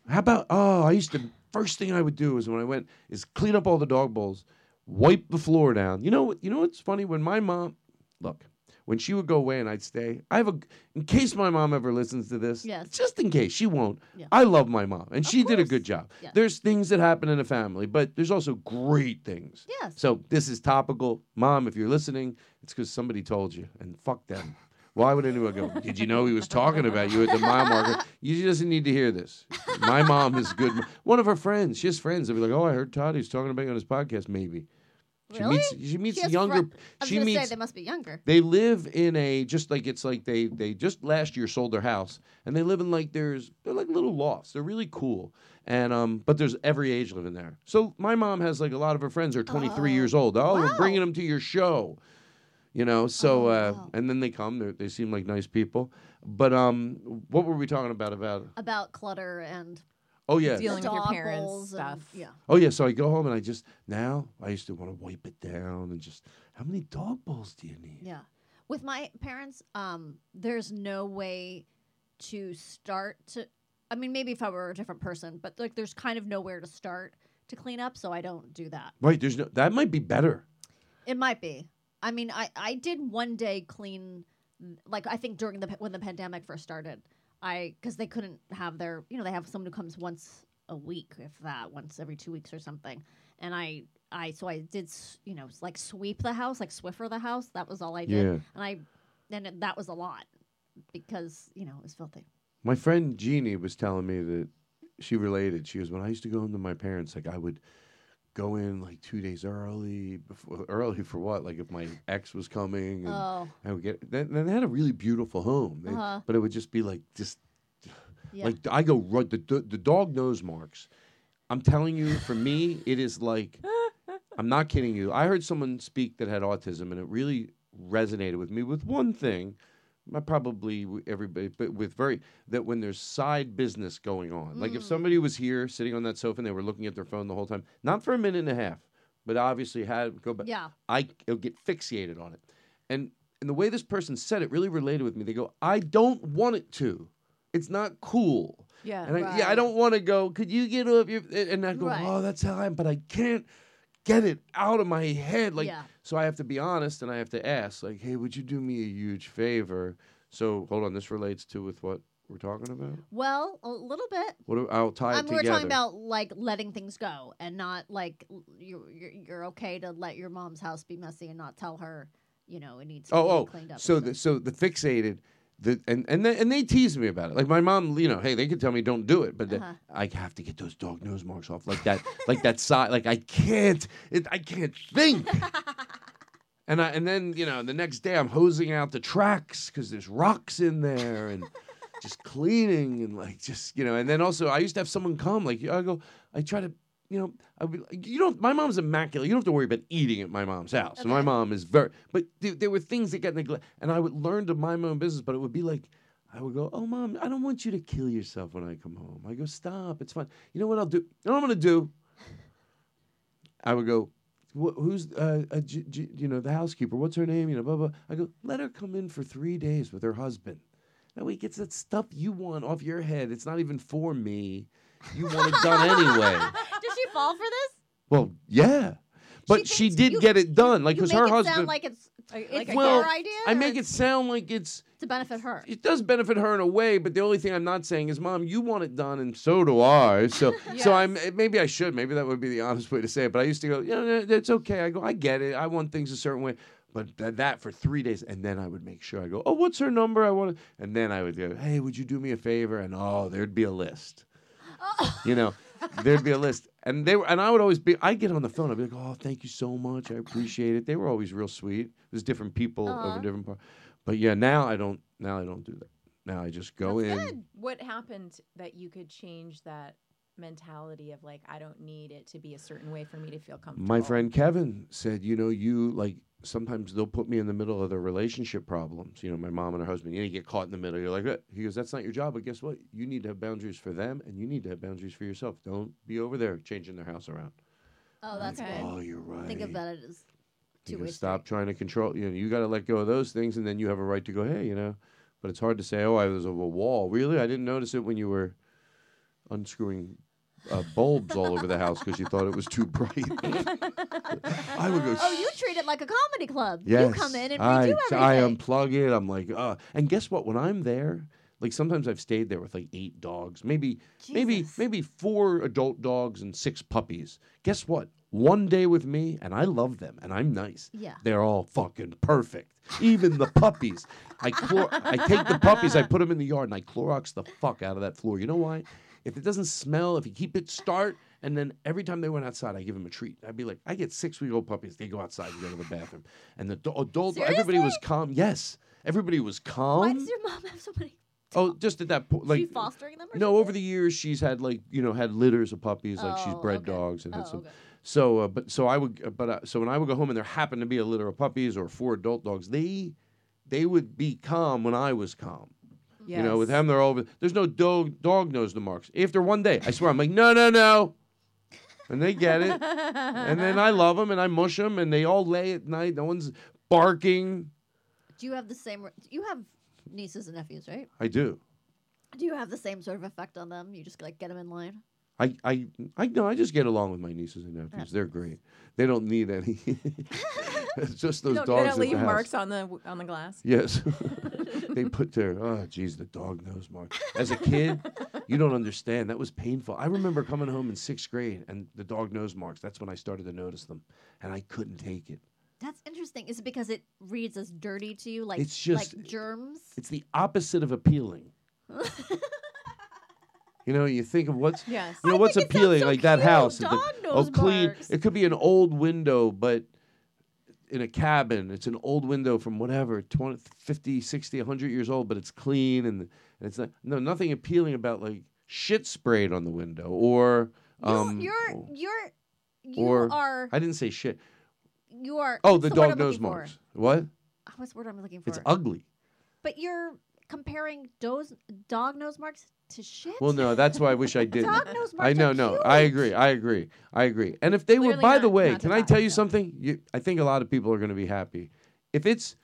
How about oh, I used to first thing I would do is when I went is clean up all the dog bowls, wipe the floor down. You know what you know what's funny? When my mom look, when she would go away and I'd stay, I have a in case my mom ever listens to this, Yes. just in case she won't. I love my mom and she did a good job. Yes. There's things that happen in a family, but there's also great things. Yes. So this is topical. Mom, if you're listening, it's because somebody told you and fuck them. Why would anyone go, did you know he was talking about you at the mile marker? You doesn't need to hear this. My mom is good. One of her friends, she has friends. They'll be like, oh, I heard Todd. He's talking about you on his podcast, maybe. She Really? meets, she meets has fri- younger. I was she gonna meets, say they must be younger. they live in a just like it's like they they just last year sold their house and they live in like there's they're like little lofts. They're really cool. And um but there's every age living there. So my mom has like a lot of her friends are 23 years old. Oh, we're bringing them to your show. You know, so uh and then they come. They they seem like nice people. But um what were we talking about about About clutter and Oh yeah. Dealing with your dog parents' bowls and- stuff. yeah. Oh yeah, so I go home and I just now I used to want to wipe it down and just how many dog balls do you need? Yeah. With my parents, um, there's no way to start to I mean, maybe if I were a different person, but like there's kind of nowhere to start to clean up, so I don't do that. Right, there's no that might be better. It might be. I mean, I, I did one day clean, like I think during the pa- when the pandemic first started, I because they couldn't have their you know they have someone who comes once a week if that once every two weeks or something, and I I so I did s- you know s- like sweep the house like Swiffer the house that was all I did Yeah. and I then it- that was a lot because you know it was filthy. My friend Jeannie was telling me that she related. She goes, when I used to go home to my parents, like I would go in like two days early before early for what? Like if my ex was coming, and Oh. I would get. Then then they had a really beautiful home, They- Uh-huh. but it would just be like just Yeah. like I go right the do- the dog nose marks. I'm telling you, for me, it is like I'm not kidding you. I heard someone speak that had autism, and it really resonated with me with one thing. I probably w- everybody, but with very that when there's side business going on, like if somebody was here sitting on that sofa and they were looking at their phone the whole time, not for a minute and a half, but obviously had go back. Yeah. I will get fixated on it, and and the way this person said it really related with me. They go, I don't want it to. It's not cool. Yeah. And I, yeah, I don't want to go. Could you get up? Your, and I go, Right. oh, that's how I am, but I can't get it out of my head. Like, Yeah. so I have to be honest and I have to ask, like, hey, would you do me a huge favor? So hold on, this relates to with what we're talking about. Well, a little bit. What do- I'll tie it Um, we together. were talking about like letting things go and not like l- you're, you're you're okay to let your mom's house be messy and not tell her, you know, it needs to be oh, oh, cleaned up. so the so the fixated. The, and and they, and they tease me about it. Like my mom, you know, hey, they could tell me don't do it, but the- Uh-huh. I have to get those dog nose marks off, like that, like that side. Like I can't, it, I can't think. and I and then you know the next day I'm hosing out the tracks because there's rocks in there and just cleaning and like just you know. And then also I used to have someone come. Like I go, I try to. You know, I be, like, you don't. My mom's immaculate. You don't have to worry about eating at my mom's house. And my mom is very. But th- there were things that got neglected, and I would learn to mind my own business. But it would be like, I would go, "Oh, mom, I don't want you to kill yourself when I come home." I go, "Stop, it's fine." You know what I'll do? You know what I'm gonna do? I would go, "Wh- who's, uh, uh, J- J- you know, the housekeeper? What's her name? You know, blah, blah. I go, let her come in for three days with her husband. That way he gets that stuff you want off your head. It's not even for me. You want it done anyway. Did she fall for this? Well, yeah. But she, did get it done. Like, you because make her it husband. sound like it's it's well, her idea I make it sound like it's to benefit her. it does benefit her in a way, but the only thing I'm not saying is, Mom, you want it done, and so do I. So, so I'm eh, maybe I should, maybe that would be the honest way to say it. But I used to go, yeah, no, that's okay. I go, I get it. I want things a certain way, but th- that for three days, and then I would make sure I go, oh, what's her number? I want, to, and then I would go, hey, would you do me a favor? And oh, there'd be a list. You know, there'd be a list, and they were, and I would always be. I get on the phone, I'd be like, "Oh, thank you so much, I appreciate it." They were always real sweet. There's different people Aw. over different parts, but yeah, now I don't. Now I don't do that. Now I just go in. What happened that you could change that mentality of like I don't need it to be a certain way for me to feel comfortable? My friend Kevin said, you know, you like sometimes they'll put me in the middle of their relationship problems. You know, my mom and her husband. You, know, you get caught in the middle. You're like, "Eh." he goes, that's not your job. But guess what? You need to have boundaries for them, and you need to have boundaries for yourself. Don't be over there changing their house around. Oh, that's Okay. good. Oh, you're right. Think of that as You two can ways. stop trying to control. You know, you got to let go of those things, and then you have a right to go. Hey, you know, but it's hard to say. Oh, I was over a wall. Really, I didn't notice it when you were unscrewing uh, bulbs all over the house because you thought it was too bright. I would go. Oh, you treat it like a comedy club. Yes, You come in and redo I, everything. I unplug it. I'm like, uh, and guess what? When I'm there, like sometimes I've stayed there with like eight dogs, maybe, maybe, maybe four adult dogs and six puppies. Guess what? One day with me, and I love them, and I'm nice. Yeah. They're all fucking perfect. Even the puppies. I chlor- I take the puppies, I put them in the yard, and I Clorox the fuck out of that floor. You know why? If it doesn't smell, if you keep it start, and then every time they went outside, I give them a treat. I'd be like, I get six week old puppies. They go outside and go to the bathroom. And the do- adult, everybody was calm. Yes. Everybody was Why calm. does your mom have so many? Oh, just at that point, Like, like she fostering them? Or no, over the years she's had like you know had litters of puppies, like Oh, she's bred dogs and had some. So, uh, but so I would, uh, but uh, so when I would go home and there happened to be a litter of puppies or four adult dogs, they they would be calm when I was calm. You know, with Yes. them they're over. There's no dog dog knows the marks. After one day, I swear I'm like no no no, and they get it, and then I love them and I mush them and they all lay at night. No one's barking. Do you have the same? re- You have nieces and nephews, right? I do. Do you have the same sort of effect on them? You just like get them in line. I, I, I no, I just get along with my nieces and nephews. They're great. They don't need any. it's just you those don't, dogs you don't at leave the house. marks on the w- on the glass. Yes, they put their oh, geez, the dog nose mark. As a kid, you don't understand. That was painful. I remember coming home in sixth grade and the dog nose marks. That's when I started to notice them, and I couldn't take it. That's interesting. Is it because it reads as dirty to you, like It's just- like germs? It's the opposite of appealing. You know, you think of what's Yes. you know I what's think it sounds appealing, so like that cute. house. is the- Dog oh, nose clean. marks. It could be an old window, but in a cabin, it's an old window from whatever 20, 50, 60, 100 years old, but it's clean and, and it's not, no nothing appealing about like shit sprayed on the window or um you're you're you or are I didn't say shit. you are. Oh, what's the word dog I'm nose looking for? marks. What? Oh, what's the word I'm looking for? It's ugly. But you're comparing those dog nose marks to shit. Well, no, that's why I wish I didn't. Dog nose I marks know, are no, I agree, I agree, I agree. And if they were, Clearly by not- the way, not can I tell you something? You, I think a lot of people are going to be happy if it's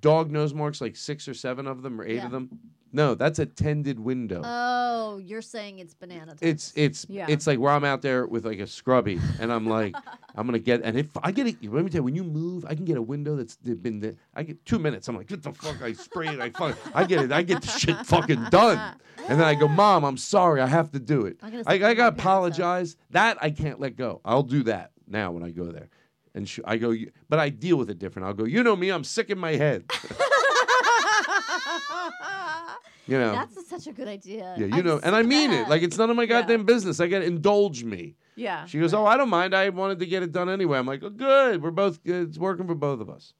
dog nose marks, like six or seven of them or eight Yeah. of them. No, that's a tended window. Oh, you're saying it's banana time. it's it's it's like where I'm out there with like a scrubby, and I'm like, I'm gonna get, and if I get it, let me tell you, when you move, I can get a window that's been, there- I get two minutes. I'm like, get the fuck, I spray it, I fuck, I get it, I get the shit fucking done, and then I go, mom, I'm sorry, I have to do it. I'm gonna I, sit I gotta apologize. That I can't let go. I'll do that now when I go there, and sh- I go, "You-" but I deal with it different. I'll go, you know me, I'm sick in my head. You know. That's such a good idea. Yeah, you know, and I mean it. Like it's none of my goddamn business. I gotta indulge me. Yeah. She goes, "Oh, I don't mind. I wanted to get it done anyway." I'm like, "Oh, good. We're both good. It's working for both of us."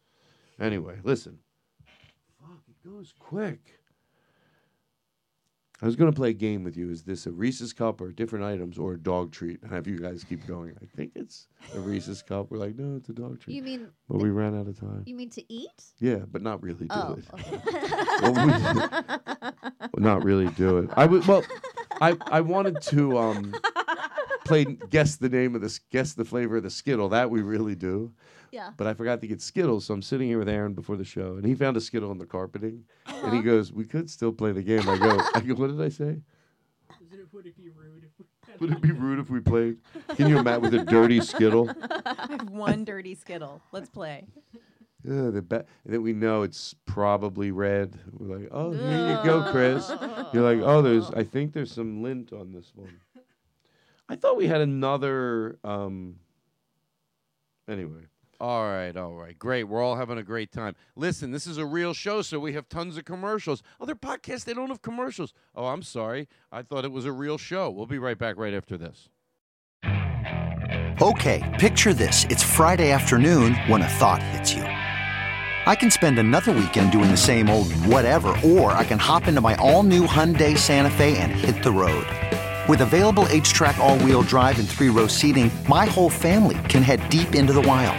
Anyway, listen. Fuck, it goes quick. I was gonna play a game with you. Is this a Reese's cup or different items or a dog treat? And have you guys keep going. I think it's a Reese's cup. We're like, no, it's a dog treat. You mean- But we ran out of time. You mean to eat? Yeah, but not really do Oh, it. okay. Well, we- not really do it. I would well, I I wanted to um play guess the name of this guess the flavor of the skittle that we really do. Yeah. But I forgot to get Skittles, so I'm sitting here with Aaron before the show, and he found a Skittle in the carpeting, and he goes, "We could still play the game." I go, "I go, what did I say? Would it be rude if we played? Can you imagine with a dirty Skittle? I have one dirty Skittle. Let's play. Yeah, the be- that we know it's probably red. We're like, oh, here you go, Chris. You're like, oh, there's. I think there's some lint on this one. I thought we had another. Um, anyway, All right, all right. Great. We're all having a great time. Listen, this is a real show, so we have tons of commercials. Other podcasts, they don't have commercials. Oh, I'm sorry. I thought it was a real show. We'll be right back right after this. Okay, picture this. It's Friday afternoon when a thought hits you. I can spend another weekend doing the same old whatever, or I can hop into my all new Hyundai Santa Fe and hit the road. With available H track, all wheel drive, and three row seating, my whole family can head deep into the wild.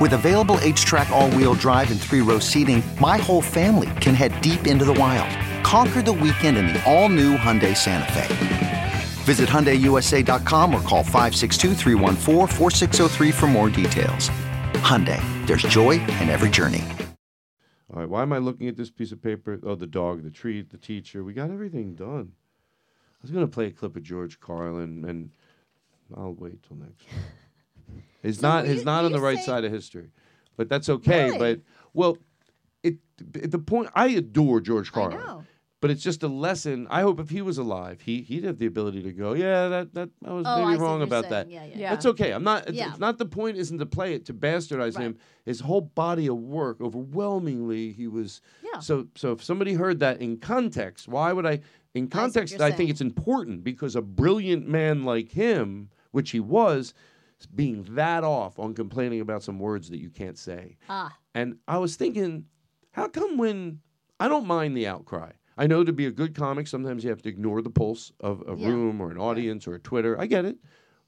With available H-track all-wheel drive and three-row seating, my whole family can head deep into the wild. Conquer the weekend in the all-new Hyundai Santa Fe. Visit HyundaiUSA.com or call 562-314-4603 for more details. Hyundai, there's joy in every journey. all right. Why am I looking at this piece of paper? Oh, the dog, the treat, the teacher. We got everything done. I was gonna play a clip of George Carlin, and I'll wait till next. Time. He's not. He's not on the right side of history, but that's okay. Why? But well, it, it the point. I adore George Carlin. know. But it's just a lesson. I hope if he was alive, he he'd have the ability to go, yeah, that that I was Oh, I see maybe what wrong you're about saying. that. Yeah, yeah, yeah. That's okay. I'm not. It's, Yeah. it's not the point. Isn't to play it to bastardize him. His whole body of work, overwhelmingly, he was. Yeah. So so if somebody heard that in context, why would I? In context, you're I think saying. it's important because a brilliant man like him, which he was, being that off on complaining about some words that you can't say. Ah. And I was thinking, how come when I don't mind the outcry? I know to be a good comic, sometimes you have to ignore the pulse of a Yeah. room or an audience or a Twitter. I get it.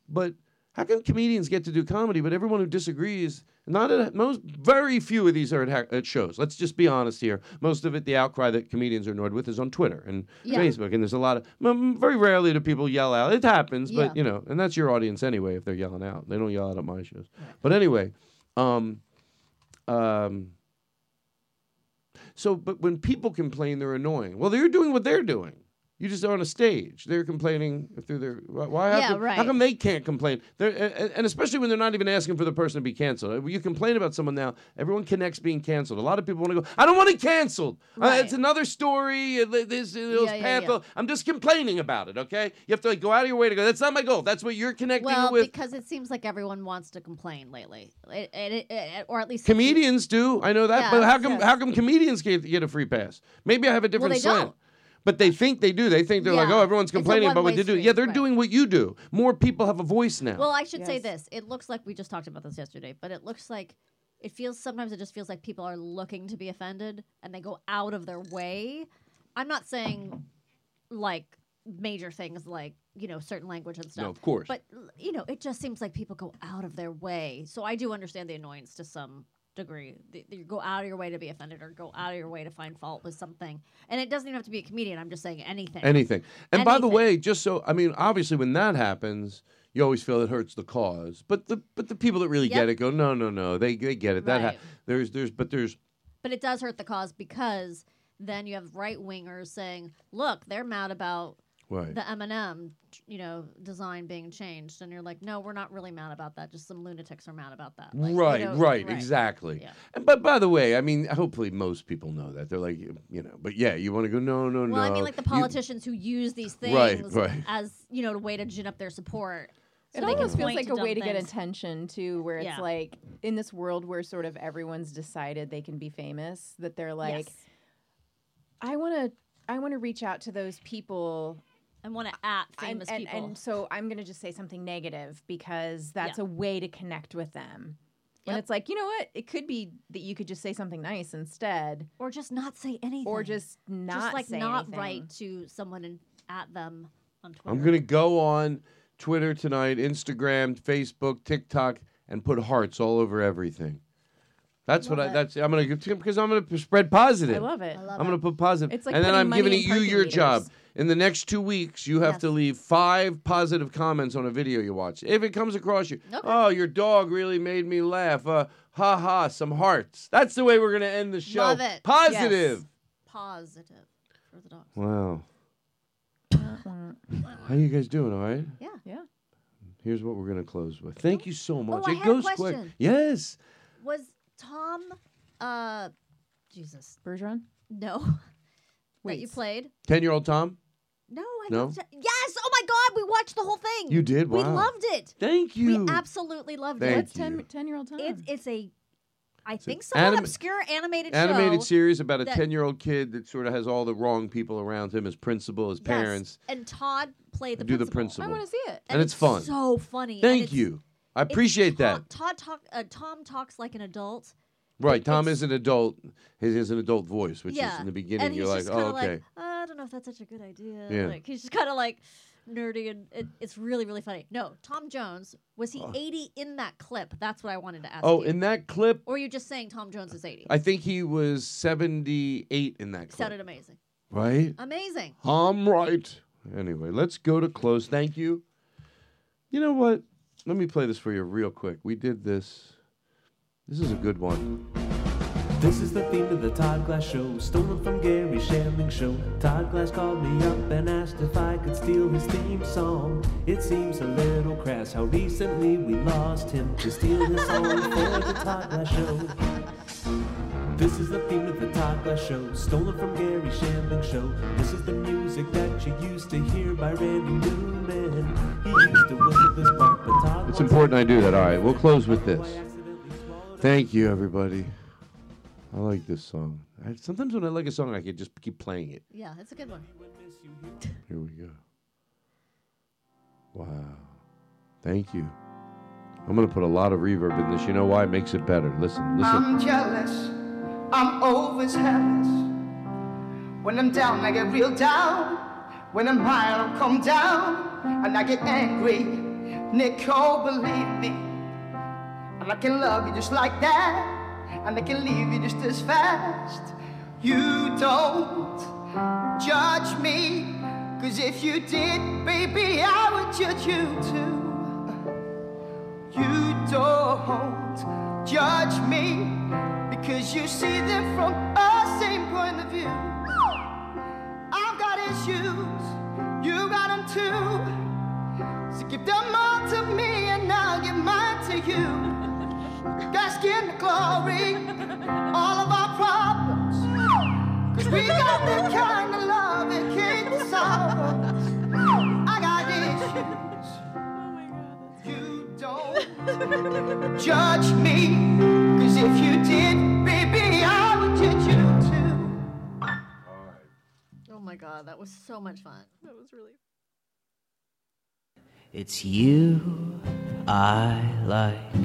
But how come comedians get to do comedy, but everyone who disagrees, not at most, very few of these are at, ha- at shows. Let's just be honest here. Most of it, the outcry that comedians are annoyed with is on Twitter and Yeah. Facebook. And there's a lot of, mm, very rarely do people yell out. It happens, Yeah. but you know, and that's your audience anyway if they're yelling out. They don't yell out at my shows. But anyway, um, um, so, but when people complain, they're annoying. Well, they're doing what they're doing. You just are on a stage. They're complaining through their. Why? why how, Yeah, come, how right. come they can't complain? They're, and, and especially when they're not even asking for the person to be canceled. You complain about someone now. Everyone connects being canceled. A lot of people want to go. I don't want it canceled. Uh, it's another story. uh, th- This, uh, yeah, path- yeah. I'm just complaining about it. Okay. You have to like go out of your way to go. That's not my goal. That's what you're connecting Well, with. because it seems like everyone wants to complain lately, it, it, it- it- or at least if you- Comedians do. I know that. Yeah, but how come yes. how come comedians get, get a free pass? Maybe I have a different they slant. don't. But they think they do. They think they're like, Yeah. oh, everyone's It's a complaining about what one-way they do. street, Yeah, they're right. doing what you do. More people have a voice now. Well, I should say this. It looks like we just talked about this yesterday, but it looks like it feels sometimes it just feels like people are looking to be offended and they go out of their way. I'm not saying like major things like you know certain language and stuff. of course. But l- you know, it just seems like people go out of their way. So I do understand the annoyance to some degree. Th- You go out of your way to be offended, or go out of your way to find fault with something. And it doesn't even have to be a comedian. I'm just saying anything. Anything. And by the way, just so I mean, obviously, when that happens, you always feel it hurts the cause. But the but the people that really Yep. get it go, no, no, no. They they get it. That ha- Right. there's there's but there's But it does hurt the cause because then you have right wingers saying, "Look, they're mad about." Right. The M&M, you know, design being changed, and you're like, no, we're not really mad about that. Just some lunatics are mad about that. Like, they right, don't- right, exactly. Yeah. And but by the way, I mean, hopefully most people know that they're like, you you know, but yeah, you want to go, no, no, no. Well, I mean, like the You- politicians who use these things Right, right. as you know a way to gin up their support. So It they can almost feels point like a dumb way to get things. attention too, where it's Yeah. like in this world where sort of everyone's decided they can be famous, that they're like, Yes. I want to, I want to reach out to those people. I want to at and- famous and, people. and so I'm going to just say something negative because that's Yeah. a way to connect with them. When Yep. it's like, you know what? It could be that you could just say something nice instead, or just not say anything, or just not just like say not anything. write to someone and at them on Twitter. I'm gonna go on Twitter tonight, Instagram, Facebook, TikTok, and put hearts all over everything. That's what I. Love it. That's I'm gonna because I'm gonna spread positive. I love it. I love I'm gonna it. put positive, It's like and then putting I'm money giving in it you parking your meters. job. In the next two weeks, you have to Yes. leave five positive comments on a video you watch. If it comes across you, oh, your dog really made me laugh. Uh, ha ha, some hearts. That's the way we're gonna end the show. Love it. Positive. Yes. Positive for the dogs. Wow. How you guys doing? All right. Yeah. Yeah. Here's what we're gonna close with. Thank you so much. Oh, I it had a goes quick. question. Yes. Was Tom, uh, Jesus Bergeron? No, that you Waits. played. Ten year old Tom. No, I No? loved it. Yes! Oh my God, we watched the whole thing. You did? We Wow. loved it. Thank you. We absolutely loved Thank it. What's 10 you. year old time? It's, it's a, I think, an somewhat anim- obscure animated show. Animated series about a that- ten year old kid that sort of has all the wrong people around him, his principal, his Yes. parents. And Todd played the Do principal. the principal. I wanna see it. And it's fun. So funny. and Thank it's- you. I it's appreciate that. Tom- Todd talk, uh, Tom talks like an adult. Right. Tom is an adult. He has an adult voice, which yeah. is in the beginning. and You're he's like, just oh, kinda okay. Like, I don't know if that's such a good idea. Yeah. Like he's just kind of like nerdy and it, it's really really funny. No, Tom Jones was he 80 in that clip? That's what I wanted to ask. oh, you. in that clip, or are you just saying Tom Jones is 80? I think he was 78 in that clip. Sounded amazing. Right? Amazing. I'm right. Anyway, let's go to close. Thank you. You know what? Let me play this for you real quick. We did this. This is a good one. This is the theme of the Todd Glass Show, stolen from Gary Shandling Show. Todd Glass called me up and asked if I could steal his theme song. It seems a little crass how recently we lost him to steal his song for the Todd Glass Show. This is the theme of the Todd Glass Show, stolen from Gary Shandling Show. This is the music that you used to hear by Randy Newman. He used to whistle this part, but Todd It's important I do that. All right, we'll close with this. Thank you, everybody. I like this song. I, sometimes when I like a song, I can just keep playing it. Yeah, that's a good one. Here we go. Wow. Thank you. I'm going to put a lot of reverb in this. You know why? It makes it better. Listen, listen. I'm jealous. I'm always jealous. When I'm down, I get real down. When I'm high, I don't come down. And I get angry. Nicole, believe me. And I can love you just like that. And I can leave you just as fast. You don't judge me. Cause if you did, baby, I would judge you too. You don't judge me because you see them from a same point of view. I've got issues, you got them too. So give them all to me and I'll give mine to you. God's getting the glory, all of our problems. Cause we got the kind of love that can't be solved. I got issues. You don't judge me, cause if you did, baby, I would judge you too. Oh my God, that was so much fun. That was really. It's you I like.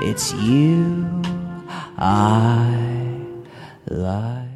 It's you I like.